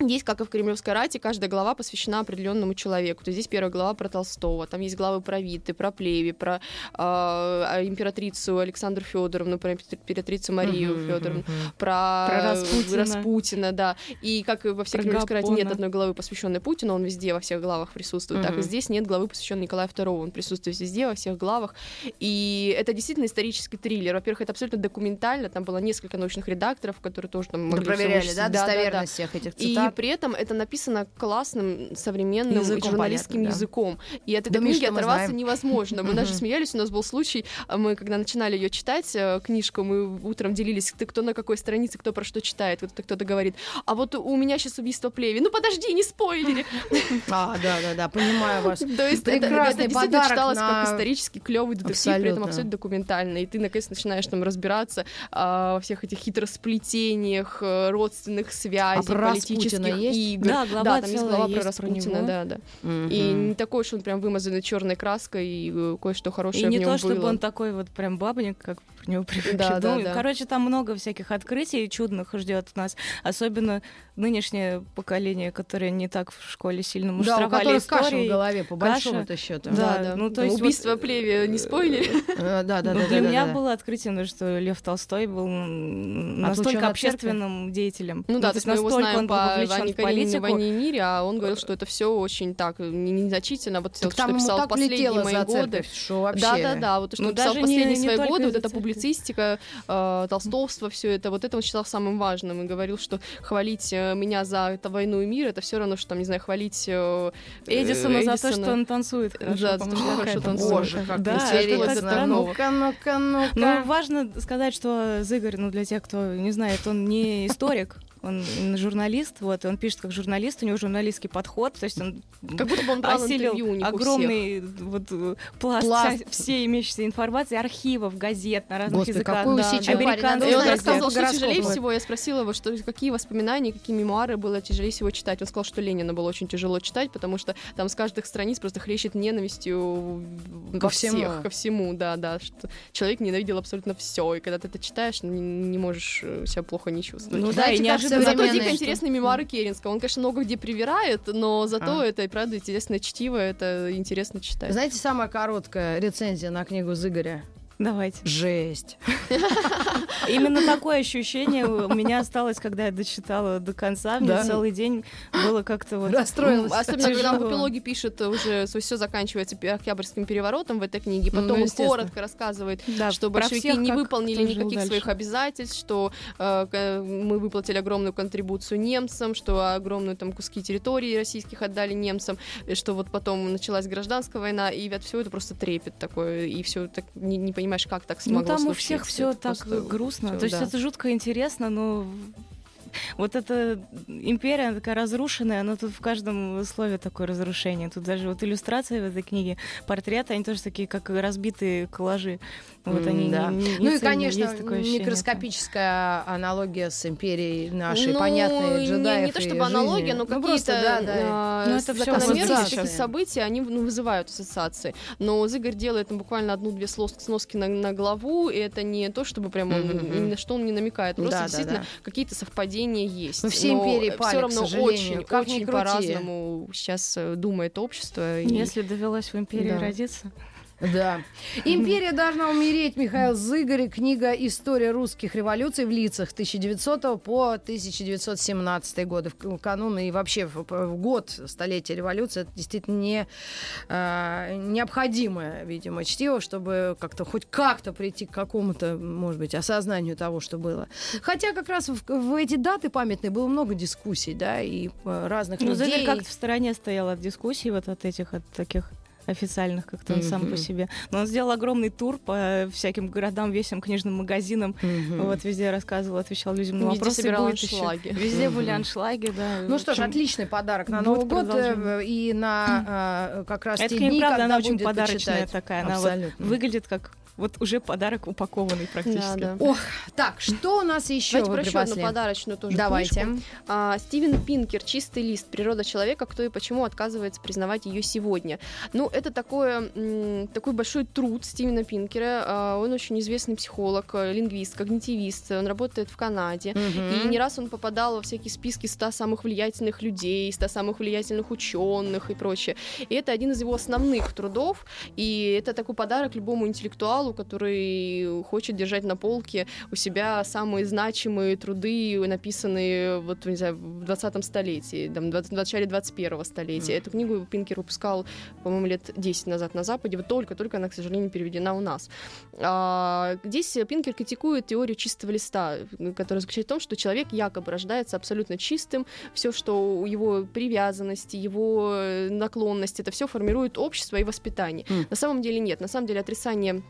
B: есть, как и в Кремлевской рате, каждая глава посвящена определенному человеку. То есть здесь первая глава про Толстого, там есть главы про Виты, про Плеви, про а, императрицу Александру Федоровну, про императрицу Марию
A: Мгм,
B: Федоровну,
A: мгм.
B: про,
C: Про Распутина.
B: Распутина, да. И как и во всех
C: Про
B: Кремлевской рате нет
C: Гапона.
B: одной главы, посвященной Путину, он везде во всех главах присутствует. Так
A: Мгм.
B: и здесь нет главы, посвященной Николаю II, он присутствует везде, во всех главах. И это действительно исторический триллер. Во-первых, это абсолютно документально, там было несколько научных редакторов, которые тоже там
A: Мы
B: могли всё
A: проверяли,
B: вычислить.
A: да, достоверность всех этих
B: И
A: Да.
B: И при этом это написано классным современным
C: Языком,
B: журналистским
C: понятно, да.
B: языком. И от
A: Да,
B: этой
A: Миш,
B: книги
A: что мы
B: оторваться
A: знаем.
B: невозможно. Мы даже смеялись, у нас был случай, а мы когда начинали ее читать, э, книжку, мы утром делились, кто- кто на какой странице, кто про что читает. Вот кто-то говорит, а вот у меня сейчас убийство плеви. Ну подожди, не спойлери.
A: А, да, да, да, понимаю вас.
B: То есть это, это
A: Прекрасный
B: действительно
A: подарок
B: читалось
A: на-
B: как исторически клевый детектив, при этом
A: Абсолютно.
B: абсолютно документально. И ты наконец начинаешь там разбираться а, во всех этих хитросплетениях, э, родственных связей,
A: А про
B: политических
A: Распутина есть?
B: игр.
C: Да, глава
B: там есть
C: целая
B: глава
C: есть
B: про
C: про
B: Распутина,
C: него.
B: да, да.
A: Мгм.
B: И не такой уж он прям вымазанный черной краской, и э, кое-что
C: И
B: хорошее
C: не
B: в нем
C: то, чтобы
B: было.
C: он такой вот прям бабник, как про *laughs* него привыкли
B: Да, да,
C: думать.
B: да.
C: Ну, Короче, там много всяких открытий чудных ждет нас. Особенно нынешнее поколение, которое не так в школе сильно
A: Да, у
C: муштровали
A: которых каша в
C: историей.
A: голове, по
C: каша.
A: большому-то счету.
C: Да,
B: Да, да.
C: ну, то
B: Там
C: есть
B: убийство
C: вот,
B: плеви, не спойлери.
A: Э, Да, да, да.
C: Ну,
A: да,
C: для
A: да,
C: меня
A: да.
C: было открытием, ну, что Лев Толстой был м,
A: Отлучен
C: настолько
A: от
C: общественным деятелем.
B: Ну да, то есть мы его знаем
C: был
B: по Ване
C: вовлечен в
B: Каренине,
C: политику.
B: Ване Мире, а он говорил, что это все очень так, э, не- незначительно. Вот
A: Так
B: всё,
A: там
B: что
A: ему
B: писал в
A: так
B: последние
A: летело
B: мои
A: за
B: годы.
A: церковь, что вообще.
B: Да, да, да. Вот то, что
C: Ну,
B: он писал
C: даже
B: в
C: не-
B: последние
C: не
B: свои
C: только
B: годы, вот
C: из-за
B: эта
C: церкви.
B: публицистика, э, толстовство, все это, вот это он считал самым важным и говорил, что хвалить э, меня за это войну и мир, это все равно, что там, не знаю, хвалить э,
C: Эдисона за то,
B: Эдисона.
C: что он танцует. хорошо,
B: за то,
C: по-моему,
B: что хорошо
C: какая-то.
B: танцует.
A: Боже, как
C: Да,
B: это
A: интересно.
B: так странно.
A: Ну-ка, Ну, ну-ка,
C: Ну,
A: ну-ка.
C: важно сказать, что Зыгорь, ну, для тех, кто не знает, он не историк, он журналист, вот, и он пишет как журналист, у него журналистский подход, то есть он
B: Как будто бы он брал интервью у
C: осилил
B: них у
C: огромный вот э, пласт,
A: Пласт.
C: вся- всей имеющейся информации, архивов, газет на разных
A: Господи,
C: языках.
A: какой
B: да,
A: усидчивый
C: да.
A: парень. Надо
C: Американцы.
B: всех. И он
C: Знаете,
A: узнать,
B: рассказывал,
A: сколько
B: что Ну, тяжелее
A: гороскопов.
B: всего, я спросила его, что, какие воспоминания, какие мемуары было тяжелее всего читать. Он сказал, что Ленина было очень тяжело читать, потому что там с каждых страниц просто хлещет ненавистью
A: Ко
B: во
A: всему.
B: всех, ко всему, да, да, что человек ненавидел абсолютно все, и когда ты это читаешь, ну, не, не можешь э, себя плохо не чувствовать.
A: Ну,
C: Ну,
A: да, и
C: да, и
A: неожиданно.
C: неожиданно.
B: Зато
A: современные,
B: дико
A: что-
B: интересные мемуары Керенского. Он, конечно, много где привирает, но зато
A: А.
B: это и правда интересное чтиво, это интересно читать.
A: Знаете, самая короткая рецензия на книгу Зыгоря?
C: Давайте.
A: Жесть.
C: Именно такое ощущение у меня осталось, когда я дочитала до конца. Мне
A: Да.
C: целый день было как-то вот...
A: Расстроилась.
B: Ну, Особенно, когда он в
C: Тяжело.
B: эпилоге пишет э, уже, все заканчивается пе- Октябрьским переворотом в этой книге,
A: Ну,
B: потом он
A: естественно.
B: коротко рассказывает,
C: Да,
B: что
C: про
B: большевики
C: всех,
B: не
C: как
B: выполнили
C: кто жил
B: никаких
C: дальше.
B: своих обязательств, что э, к- мы выплатили огромную контрибуцию немцам, что огромную там куски территории российских отдали немцам, и что вот потом началась гражданская война, и от всего это просто трепет такой, и все так не, не понимаешь, как так смогло
C: Ну там у
B: случиться.
C: всех все
B: Это
C: так
B: просто
C: грустно.
B: всё,
C: То есть
B: да.
C: это жутко интересно, но вот эта империя она такая разрушенная, она тут в каждом слове такое разрушение. Тут даже вот иллюстрации в этой книге, портреты, они тоже такие, как разбитые коллажи. Вот
A: М,
C: они.
A: да.
C: не- не- не
A: Ну и,
C: цельные.
A: конечно,
C: Есть такое ощущение,
A: микроскопическая аналогия с империей нашей,
B: Ну,
A: понятной
B: не-
A: джедаев
B: Не, то
A: и
B: чтобы аналогия,
A: жизни.
B: но
A: Ну,
B: какие-то
A: просто, да, да.
B: а,
C: Ну, это всё
B: закономерности,
A: ассоциации.
B: какие-то события, они ну, вызывают ассоциации. Но Зыгорь делает ну, буквально одну-две слос- сноски на, на главу, и это не то, чтобы прям он,
A: Мгм.
B: ни на что он не намекает. Просто
A: Да, да,
B: действительно
A: да.
B: какие-то совпадения есть.
A: Ну, все империи пали,
B: все
A: к
B: равно
A: сожалению.
B: очень,
A: Как ни
B: очень
A: крути.
B: по-разному сейчас э, думает общество. и-
C: да. Если довелось в империи
B: Да.
C: родиться.
A: Да. Империя должна умереть. Михаил Зыгорь. Книга «История русских революций в лицах 1900 по 1917 годы». В канун и вообще в, в год столетия революции это действительно не, а, необходимое, видимо, чтиво, чтобы как-то хоть как-то прийти к какому-то, может быть, осознанию того, что было. Хотя как раз в, в эти даты памятные было много дискуссий, да, и э, разных
C: Ну,
A: людей.
C: Зыгорь как-то в стороне стоял от дискуссий вот от этих, от таких официальных, как-то он сам
A: Мгм.
C: по себе. Но он сделал огромный тур по всяким городам, весям, книжным магазинам,
A: Мгм.
C: Вот везде рассказывал, отвечал людям на
B: Везде
C: вопросы.
B: собирал
C: будет ещё.
B: аншлаги.
C: Везде были
A: Мгм.
C: аншлаги, да.
A: Ну что ж,
C: Чем-
A: отличный подарок на
C: будет
B: Ну
A: Новый год э,
C: продолжение.
A: и на э, как раз
C: Эта
A: те
C: книга,
A: дни,
C: правда,
A: когда
C: она очень
A: будет
C: подарочная
A: почитать.
C: такая. Она вот
A: Абсолютно.
C: выглядит как вот уже подарок упакованный
B: Да,
C: практически.
B: да.
A: Ох, так, что у нас еще
B: Давайте
A: вы
B: про еще одну
A: припасли?
B: подарочную тоже
A: Давайте.
B: книжку. А, Стивен Пинкер «Чистый лист. Природа человека. Кто и почему отказывается признавать ее сегодня». Ну, это такое, м, такой большой труд Стивена Пинкера. А, Он очень известный психолог, э, лингвист, когнитивист. Он работает в Канаде.
A: Мгм.
B: И не раз он попадал во всякие списки 100 самых влиятельных людей, 100 самых влиятельных ученых и прочее. И это один из его основных трудов. И это такой подарок любому интеллектуалу, интеллектуалу, который хочет держать на полке у себя самые значимые труды, написанные вот, не знаю, в 20-м столетии, там, в начале 21-го столетия. Эту книгу Пинкер выпускал, по-моему, лет 10 назад на Западе, вот только-только она, к сожалению, переведена у нас. А, здесь Пинкер критикует теорию чистого листа, которая заключается в том, что человек якобы рождается абсолютно чистым, все, что у его привязанности, его наклонности, это все формирует общество и воспитание.
A: Мгм.
B: На самом деле нет. На самом деле отрицание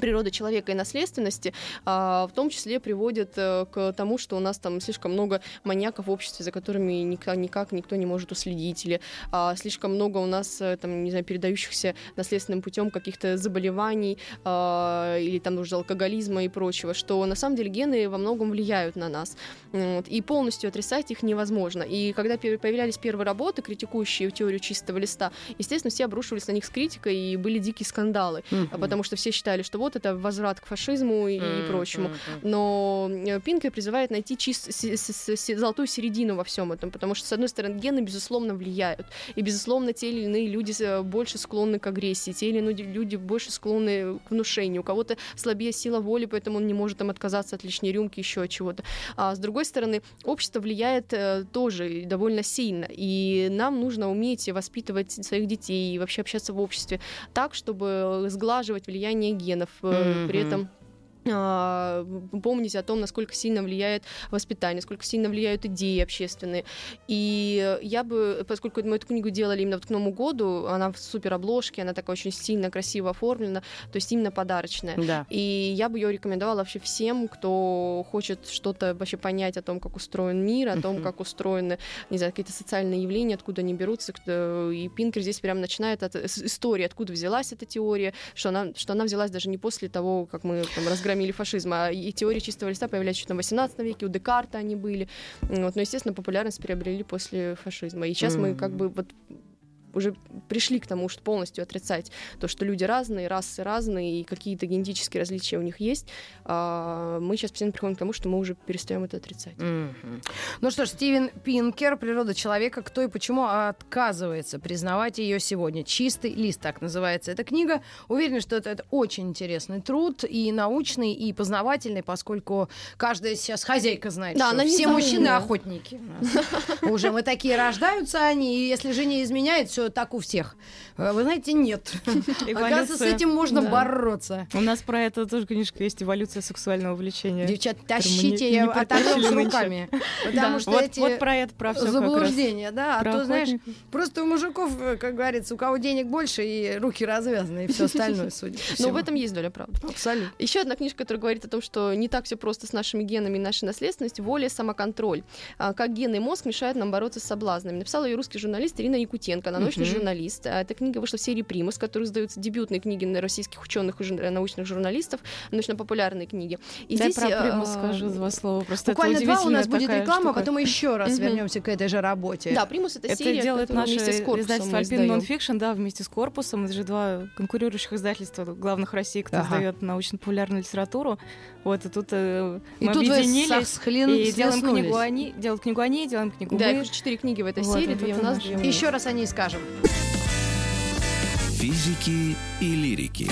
B: природы человека и наследственности, а, в том числе приводит э, к тому, что у нас там слишком много маньяков в обществе, за которыми никак, никак никто не может уследить, или а, слишком много у нас э, там, не знаю, передающихся наследственным путем каких-то заболеваний а, или там уже алкоголизма и прочего, что на самом деле гены во многом влияют на нас. М, вот, и полностью отрицать их невозможно. И когда пе- появлялись первые работы, критикующие теорию чистого листа, естественно, все обрушивались на них с критикой, и были дикие скандалы. А потому что все считали, что вот это возврат к фашизму и, и прочему. Но э, Пинкер призывает найти чис- с- с- с- золотую середину во всем этом, потому что, с одной стороны, гены, безусловно, влияют, и, безусловно, те или иные люди э, больше склонны к агрессии, те или иные люди больше склонны к внушению, у кого-то слабее сила воли, поэтому он не может там отказаться от лишней рюмки, еще от чего-то. А с другой стороны, общество влияет э, тоже довольно сильно, и нам нужно уметь воспитывать своих детей и вообще общаться в обществе, так, чтобы э, сглаживать влияние генов, э, при
A: Мгм.
B: этом а, помнить о том, насколько сильно влияет воспитание, насколько сильно влияют идеи общественные. И я бы, поскольку мы эту книгу делали именно вот к Новому году, она в супер обложке, она такая очень сильно, красиво оформлена, то есть именно подарочная.
A: Да.
B: И я бы ее рекомендовала вообще всем, кто хочет что-то вообще понять о том, как устроен мир, о том,
A: Мгм.
B: как устроены, не знаю, какие-то социальные явления, откуда они берутся. кто- И Пинкер здесь прям начинает от с- истории, откуда взялась эта теория, что она, что она взялась даже не после того, как мы там, разгромили фашизм, а и теория чистого листа появлялась еще там в 18 веке, у Декарта они были. М, Вот, но, естественно, популярность приобрели после фашизма. И сейчас мы как
A: Мгм.
B: бы вот уже пришли к тому, что полностью отрицать то, что люди разные, расы разные, и какие-то генетические различия у них есть, а, мы сейчас постепенно приходим к тому, что мы уже перестаем это отрицать.
A: Мгм. Ну что ж, Стивен Пинкер, природа человека, кто и почему отказывается признавать ее сегодня. Чистый лист, так называется эта книга. Уверена, что это, это очень интересный труд, и научный, и познавательный, поскольку каждая сейчас хозяйка знает,
B: Да,
A: что
B: она не
A: все мужчины
B: заумная.
A: охотники. у нас. Уже мы такие рождаются они, и если же не изменяет, все так у всех. Э, Вы знаете, нет. Оказывается, с
C: Эволюция.
A: этим можно
B: Да.
A: бороться.
C: У нас про это тоже книжка есть «Эволюция сексуального влечения».
A: Девчат,
C: не-
A: тащите
C: не
A: ее от
C: протащили
A: с
C: нынче.
A: руками. Потому что
C: вот,
A: эти...
C: вот про это, про все
A: заблуждение, да, а
C: Про
A: то, знаешь,
C: охотников.
A: просто у мужиков, э, как говорится, у кого денег больше и руки развязаны, и все
C: *laughs*
A: остальное, судя
C: Ну,
A: по
B: Но
A: всему.
B: в этом есть доля правды.
A: Абсолютно.
B: Еще одна книжка, которая говорит о том, что не так все просто с нашими генами и нашей наследственностью, воля и самоконтроль. А, Как гены и мозг мешают нам бороться с соблазнами. Написала ее русский журналист Ирина Якутенко, она научный
A: Мгм.
B: журналист. А Эта книга вышла в серии «Примус», которые издаются дебютные книги на российских ученых и жур- научных журналистов, научно-популярные книги. И
C: Дай про
B: э,
C: «Примус» скажу два слова. Просто это
A: а, Буквально два у нас
C: удивительная
A: будет
C: такая
A: реклама,
C: штука.
A: потом еще раз
B: Мгм.
A: вернемся к этой же работе.
B: Да, «Примус» — это,
C: Это
B: серия,
C: делает
B: которую
C: наше
B: вместе с корпусом
C: издательство
B: мы
C: Alpine
B: издаём.
C: Nonfiction, да, вместе с корпусом. Это же два конкурирующих издательства главных России, кто
A: Ага.
C: издает научно-популярную литературу. Вот, и тут э,
A: И
C: мы
A: тут вы сах-
C: объединились.
A: схлин-
C: и делаем
A: схлестнулись.
C: книгу они, делаем книгу они, делаем книгу
B: Да,
C: мы.
B: их уже четыре книги в этой
C: Вот,
B: серии,
C: вот
B: две у
C: это
B: нас,
C: наше.
B: две у них.
A: Еще раз о ней скажем.
D: Физики и лирики.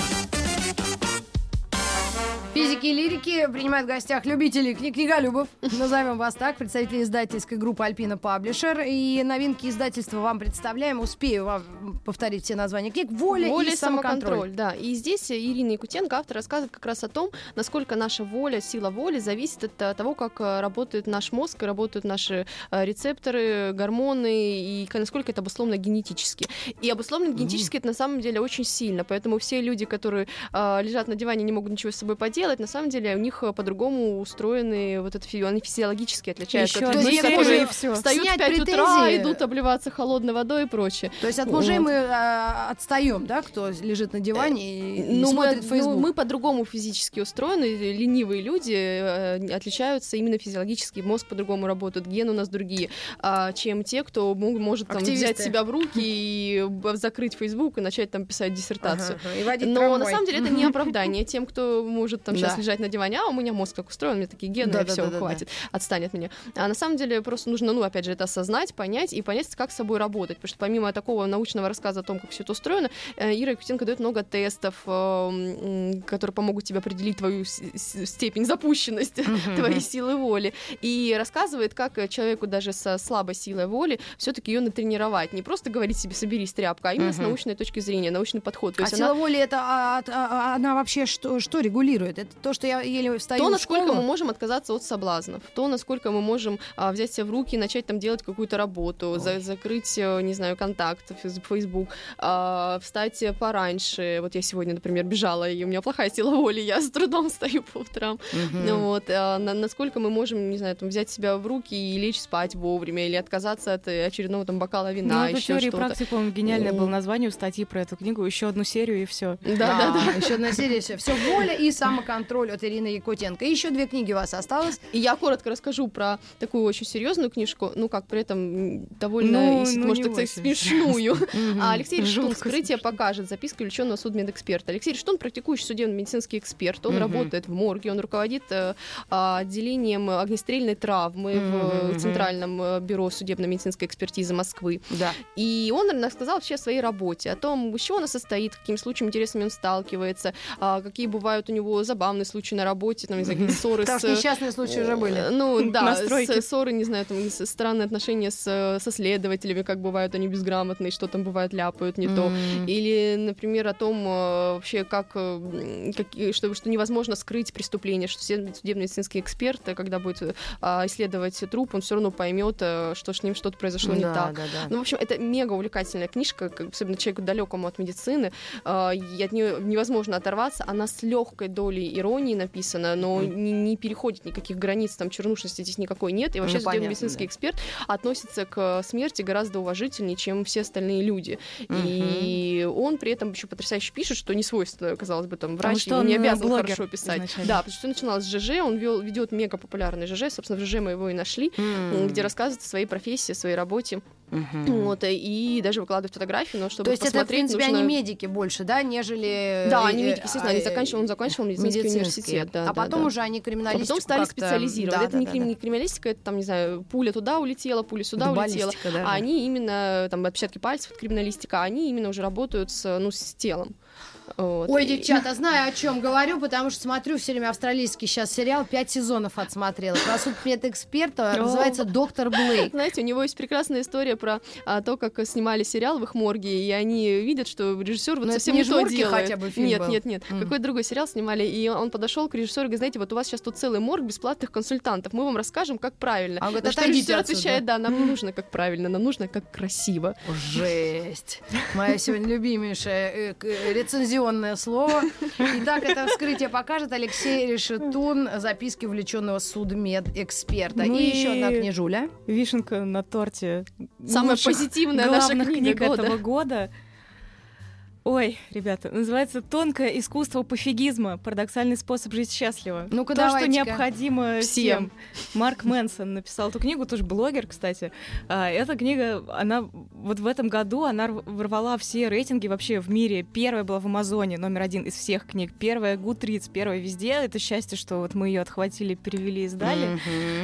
A: Физики и лирики принимают в гостях любителей книг, книголюбов, назовем вас так, представители издательской группы Альпина Паблишер. И новинки издательства вам представляем. Успею вам повторить все названия книг. Воля, и самоконтроль.
B: да. И здесь Ирина Якутенко, автор, рассказывает как раз о том, насколько наша воля, сила воли зависит от э, того, как э, работает наш мозг, и работают наши э, рецепторы, гормоны, и к- насколько это обусловлено генетически. И обусловлено генетически это на самом деле очень сильно, поэтому все люди, которые э, лежат на диване, не могут ничего с собой поделать, на самом деле у них э, по-другому устроены вот это, фи- они физиологически отличаются.
C: Еще
B: от
C: одну
A: одна
B: людей,
A: серия,
C: серию,
B: которые
C: и все.
B: встают в
A: Снять
B: 5 утра,
A: претензии.
B: идут обливаться холодной водой и прочее.
A: То есть от мужей
B: Вот.
A: мы э, отстаем, да, кто лежит на диване и, и
B: Ну, мы,
A: смотрит
B: ну,
A: Facebook.
B: мы по-другому физически устроены, и ленивые люди э, отличаются именно физиологически, мозг по-другому работает, гены у нас другие, а, чем те, кто мог- может там, взять
A: Активисты.
B: себя в руки и б- закрыть Facebook и начать там писать диссертацию.
A: Ага, ага. И водить
B: Но
A: трамвай.
B: на самом деле это не оправдание тем, кто может там сейчас
A: Да.
B: лежать на диване, а у меня мозг так устроен, у меня такие гены,
A: Да-да-да-да-да.
B: все, хватит, отстань от меня. А на самом деле просто нужно, ну, опять же, это осознать, понять и понять, как с собой работать, потому что помимо такого научного рассказа о том, как все это устроено, э, Ира Якутенко дает много тестов, э, м, которые помогут тебе определить твою с- с- степень запущенности
A: Мгм.
B: твоей силы воли. И рассказывает, как э, человеку даже со слабой силой воли все-таки ее натренировать. Не просто говорить себе соберись тряпка, а именно с
A: Мгм.
B: научной точки зрения, научный подход. То
A: А
B: есть
A: сила
B: она
A: воли это а, от- а, а, она вообще что, что регулирует? Это то, что я еле
C: А
A: встаю.
B: то,
A: в
B: насколько
A: школу?
B: мы можем отказаться от соблазнов, то, насколько мы можем а, взять себя в руки и начать там делать какую-то работу, за- закрыть, э, не знаю, контакт, фейс- Facebook, а, встать пораньше. Вот я сегодня, например, бежала, и у меня плохая сила воли, я с трудом *laughs* встаю по утрам.
A: Мгм.
B: Ну Вот, а, на- насколько мы можем, не знаю, там, взять себя в руки и лечь спать вовремя, или отказаться от э, очередного там бокала
C: Ну,
B: вина,
C: это
B: еще
C: теория и
B: что-то.
C: практика, по-моему, гениальное
B: М.
C: было название у статьи про эту книгу, еще одну серию и все.
B: Да, да, да.
A: Еще А, одна серия. Все. все воля и самоконтроль от Ирины Якутенко. Еще две книги у вас осталось.
B: И я коротко расскажу про такую очень серьезную книжку, ну как при этом м, довольно,
C: Ну,
B: если
C: ну,
B: может,
C: не
B: так сказать,
C: очень
B: смешную. А Алексей Рештун
C: Жутко *laughs*
B: вскрытие покажет записка леченного судмедэксперта. Алексей Рештун практикующий судебно-медицинский эксперт. Он
A: Мгм.
B: работает в морге, он руководит э, а, отделением огнестрельной травмы в
A: Мгм.
B: э, Центральном э, бюро судебно-медицинской экспертизы Москвы.
A: Да.
B: И он рассказал вообще о своей работе, о том, из чего она состоит, какими случаями интересными он сталкивается, а, какие бывают у него забавные случаи на работе, там, не знаю, какие-то ссоры
A: Потому
B: с...
A: что несчастные случаи уже
B: э,
A: были. *laughs*
B: Ну да,
C: Настройки.
B: с- ссоры, не знаю, там с- странные отношения с, э, со следователями, как бывают они безграмотные, что там бывает ляпают не то.
A: М.
B: Или, например, о том э, вообще, как, э, м, какие- что, что невозможно скрыть преступление, что все- судебно-медицинский эксперт, э, когда будет э, а, исследовать труп, он все равно поймет, э, что с ним что-то произошло не
A: Да,
B: так.
A: да,
C: А.
A: да.
B: Ну, в общем, это мега увлекательная книжка, как- особенно человеку далекому от медицины. А, и от нее невозможно оторваться. Она с легкой долей иронии написана, но не, не переходит никаких границ, там чернушности здесь никакой нет. И вообще
A: Ну, понятно,
B: медицинский
A: да.
B: эксперт относится к э, смерти гораздо уважительнее, чем все остальные люди. И он при этом еще потрясающе пишет, что не свойственно, казалось бы, там
C: Потому
B: врач,
C: что
B: он не
C: он э,
B: обязан
C: блогер
B: хорошо писать.
C: изначально.
B: Да, потому что он начинал с ЖЖ, он вел, ведет мега популярный ЖЖ, собственно, в ЖЖ мы его и нашли,
A: М.
B: где рассказывает о своей профессии, о своей работе.
A: Мгм.
B: Вот, и даже выкладывать фотографии, но чтобы
A: То есть это, в
B: посмотреть,
A: принципе, они
B: нужно-
A: медики больше, да, нежели...
B: Да,
A: э,
B: они
A: э,
B: медики, естественно, они
A: а, э,
B: заканчивал, он заканчивал медицинский,
A: медицинские.
B: университет. Да,
A: а
B: да,
A: потом
B: да.
A: уже они
B: А
A: криминалистику
B: потом стали
A: как-то-
B: специализировать.
A: Да,
B: это
A: да,
B: не
A: да,
B: крим-
A: да.
B: не криминалистика, это там, не знаю, пуля туда улетела, пуля сюда улетела.
A: Баллистика, да.
B: А они именно, там, отпечатки пальцев, вот криминалистика, а они именно уже работают с, ну, с телом. Вот.
A: Ой,
B: И-
A: девчата, знаю, о чем говорю, потому что смотрю все время австралийский сейчас сериал, пять сезонов отсмотрела. Про суд эксперта
B: О.
A: называется «Доктор Блейк».
B: Знаете, у него есть прекрасная история про а, то, как снимали сериал в их морге, и они видят, что режиссер вот
A: Но это
B: совсем
A: не
B: не то
A: «Жмурки»
B: делает.
A: хотя бы фильм
B: нет,
A: был?
B: нет, нет,
A: Мгм.
B: Какой другой сериал снимали, и он подошел к режиссеру и говорит, знаете, вот у вас сейчас тут целый морг бесплатных консультантов, мы вам расскажем, как правильно.
A: А он говорит,
B: На что
A: «Отойдите
B: режиссер
A: отсюда».
B: отвечает, да, нам не нужно как правильно, нам нужно как красиво.
A: Жесть. Мое сегодня любимейшее э, к- э, рецензионное слово. Итак, это вскрытие покажет Алексей Решетун «Записки увлеченного судмедэксперта».
C: Ну
A: и, еще одна
C: и-
A: книжуля.
C: Вишенка на торте.
B: Самая
C: Лучших
B: позитивная наша
C: Ну, главных
B: книга
C: книг
B: года.
C: этого года. Ой, ребята, называется «Тонкое искусство пофигизма. Парадоксальный способ жить счастливо».
A: Ну-ка,
C: То, что
A: давайте-ка.
C: необходимо
B: Всем.
C: всем. Марк Мэнсон написал эту книгу, тоже блогер, кстати. А, Эта книга, она вот в этом году, она рв- ворвала все рейтинги вообще в мире. Первая была в Амазоне, номер один из всех книг. Первая Гутриц, первая везде. Это счастье, что вот мы ее отхватили, перевели и издали.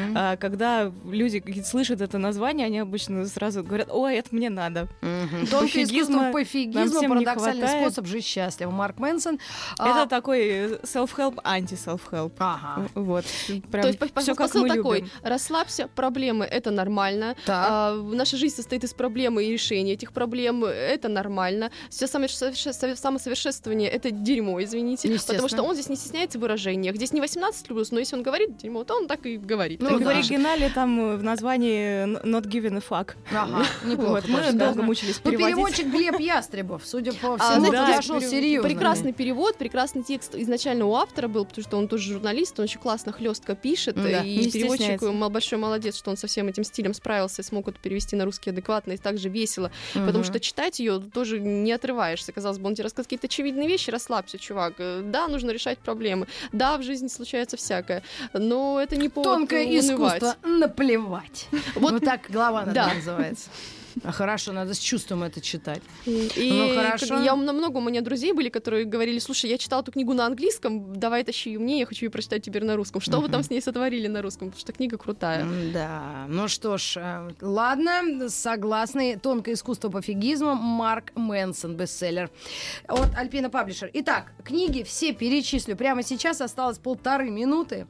A: Мгм.
C: А когда люди какие-то слышат это название, они обычно сразу говорят, ой, это мне надо.
A: Мгм. Тонкое искусство
C: Пофигизма нам
A: пофигизма,
C: всем не
A: парадоксальный
C: хватает.
A: способ жить счастливо. Марк Мэнсон. А,
C: Это такой э, self-help, анти-self-help.
A: Ага.
C: Вот. Прям
B: то есть по-
C: всё,
B: посыл
C: как мы
B: такой:
C: любим.
B: расслабься, проблемы это нормально.
A: Так.
B: А, наша жизнь состоит из проблем и решения этих проблем. Это нормально. Все самое соверше- со- самосовершенствование это дерьмо, извините.
A: Ну, Естественно.
B: Потому что он здесь не стесняется в выражениях. Здесь не 18 плюс, но если он говорит дерьмо, то он так и говорит.
A: Ну
B: Так
C: Так
B: и
C: в
A: да.
B: пишет.
C: оригинале там э, в названии n- not giving a fuck.
A: Ага, неплохо.
C: вот, мы
A: тоже
C: долго
A: сказано.
C: мучились
A: Ну,
C: переводить.
A: переводчик Глеб Ястребов, судя по всему,
B: А,
C: да,
A: подошел
C: пере-
A: ну серьезно.
B: Прекрасный перевод, прекрасный текст изначально у автора был, потому что он тоже журналист, он очень классно хлестко пишет,
A: Ну Да,
B: и
C: не
B: переводчик
C: стесняется.
B: м, большой молодец, что он со всем этим стилем справился и смог это перевести на русский адекватно и также весело, потому
A: Мгм.
B: что читать ее тоже не отрываешься, казалось бы, он тебе рассказывает какие-то очевидные вещи, расслабься, чувак, Э, да, нужно решать проблемы, да, в жизни случается всякое, но это не повод
A: Тонкое
B: унывать.
A: искусство наплевать.
B: Вот
A: Вот так глава
B: *laughs* Да.
A: называется. А хорошо, надо с чувством это читать.
B: И
A: Ну,
B: как
A: хорошо.
B: бы я много у меня друзей были, которые говорили: слушай, я читала эту книгу на английском, давай тащи ее мне, я хочу ее прочитать теперь на русском. Что вы там с ней сотворили на русском? Потому что книга крутая.
A: Да, ну что ж, э, ладно, согласны. Тонкое искусство пофигизма Марк Мэнсон, бестселлер от Альпина Паблишер. Итак, книги все перечислю. Прямо сейчас осталось полторы минуты.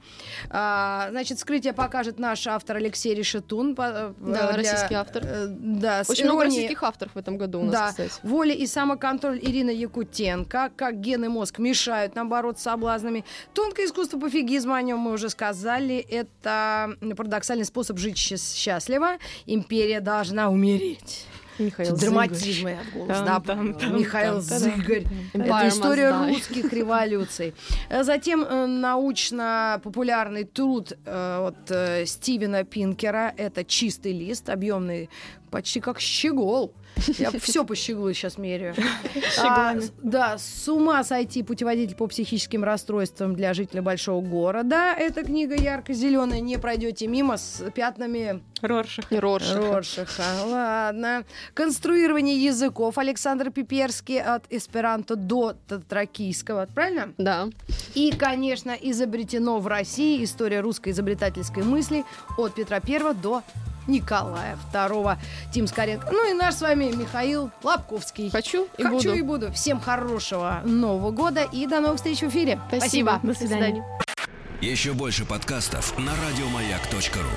A: А, значит, вскрытие покажет наш автор Алексей Решетун. Да,
B: Да, российский автор.
A: э, Да, с
B: Очень много
A: иронией-
B: российских авторов в этом году у нас,
A: да,
B: кстати.
A: воля и самоконтроль Ирина Якутенко, как ген и мозг мешают нам бороться с соблазнами. Тонкое искусство пофигизма, о нем мы уже сказали, это парадоксальный способ жить счаст- счастливо. Империя должна умереть.
B: Михаил
A: Тут Драматизм я в голос,
C: Там,
A: да,
C: там,
A: поняла.
C: там,
A: Михаил
C: там, там.
A: Зыгорь. Это
B: Environment,
A: история
B: да.
A: русских революций. Э, Затем э, научно-популярный труд э, от э, Стивена Пинкера. Это чистый лист, объемный, почти как щегол. Я все по щеглу сейчас меряю. А, с- Да, с ума сойти путеводитель по психическим расстройствам для жителя большого города. Эта книга ярко-зеленая, не пройдете мимо с пятнами
C: Роршах.
B: Зыгорь. Роршах.
A: Роршиха. Ладно. Конструирование языков. Александр Пиперский от эсперанто до татракийского. Правильно?
B: Да.
A: И, конечно, изобретено в России история русской изобретательской мысли от Петра I до Николая II. Тим Скоренко. Ну и наш с вами Михаил Лобковский.
B: Хочу и
A: Хочу
B: буду.
A: и буду. Всем хорошего Нового года и до новых встреч в эфире.
B: Спасибо.
C: До свидания.
D: Еще больше подкастов на радиомаяк.ру.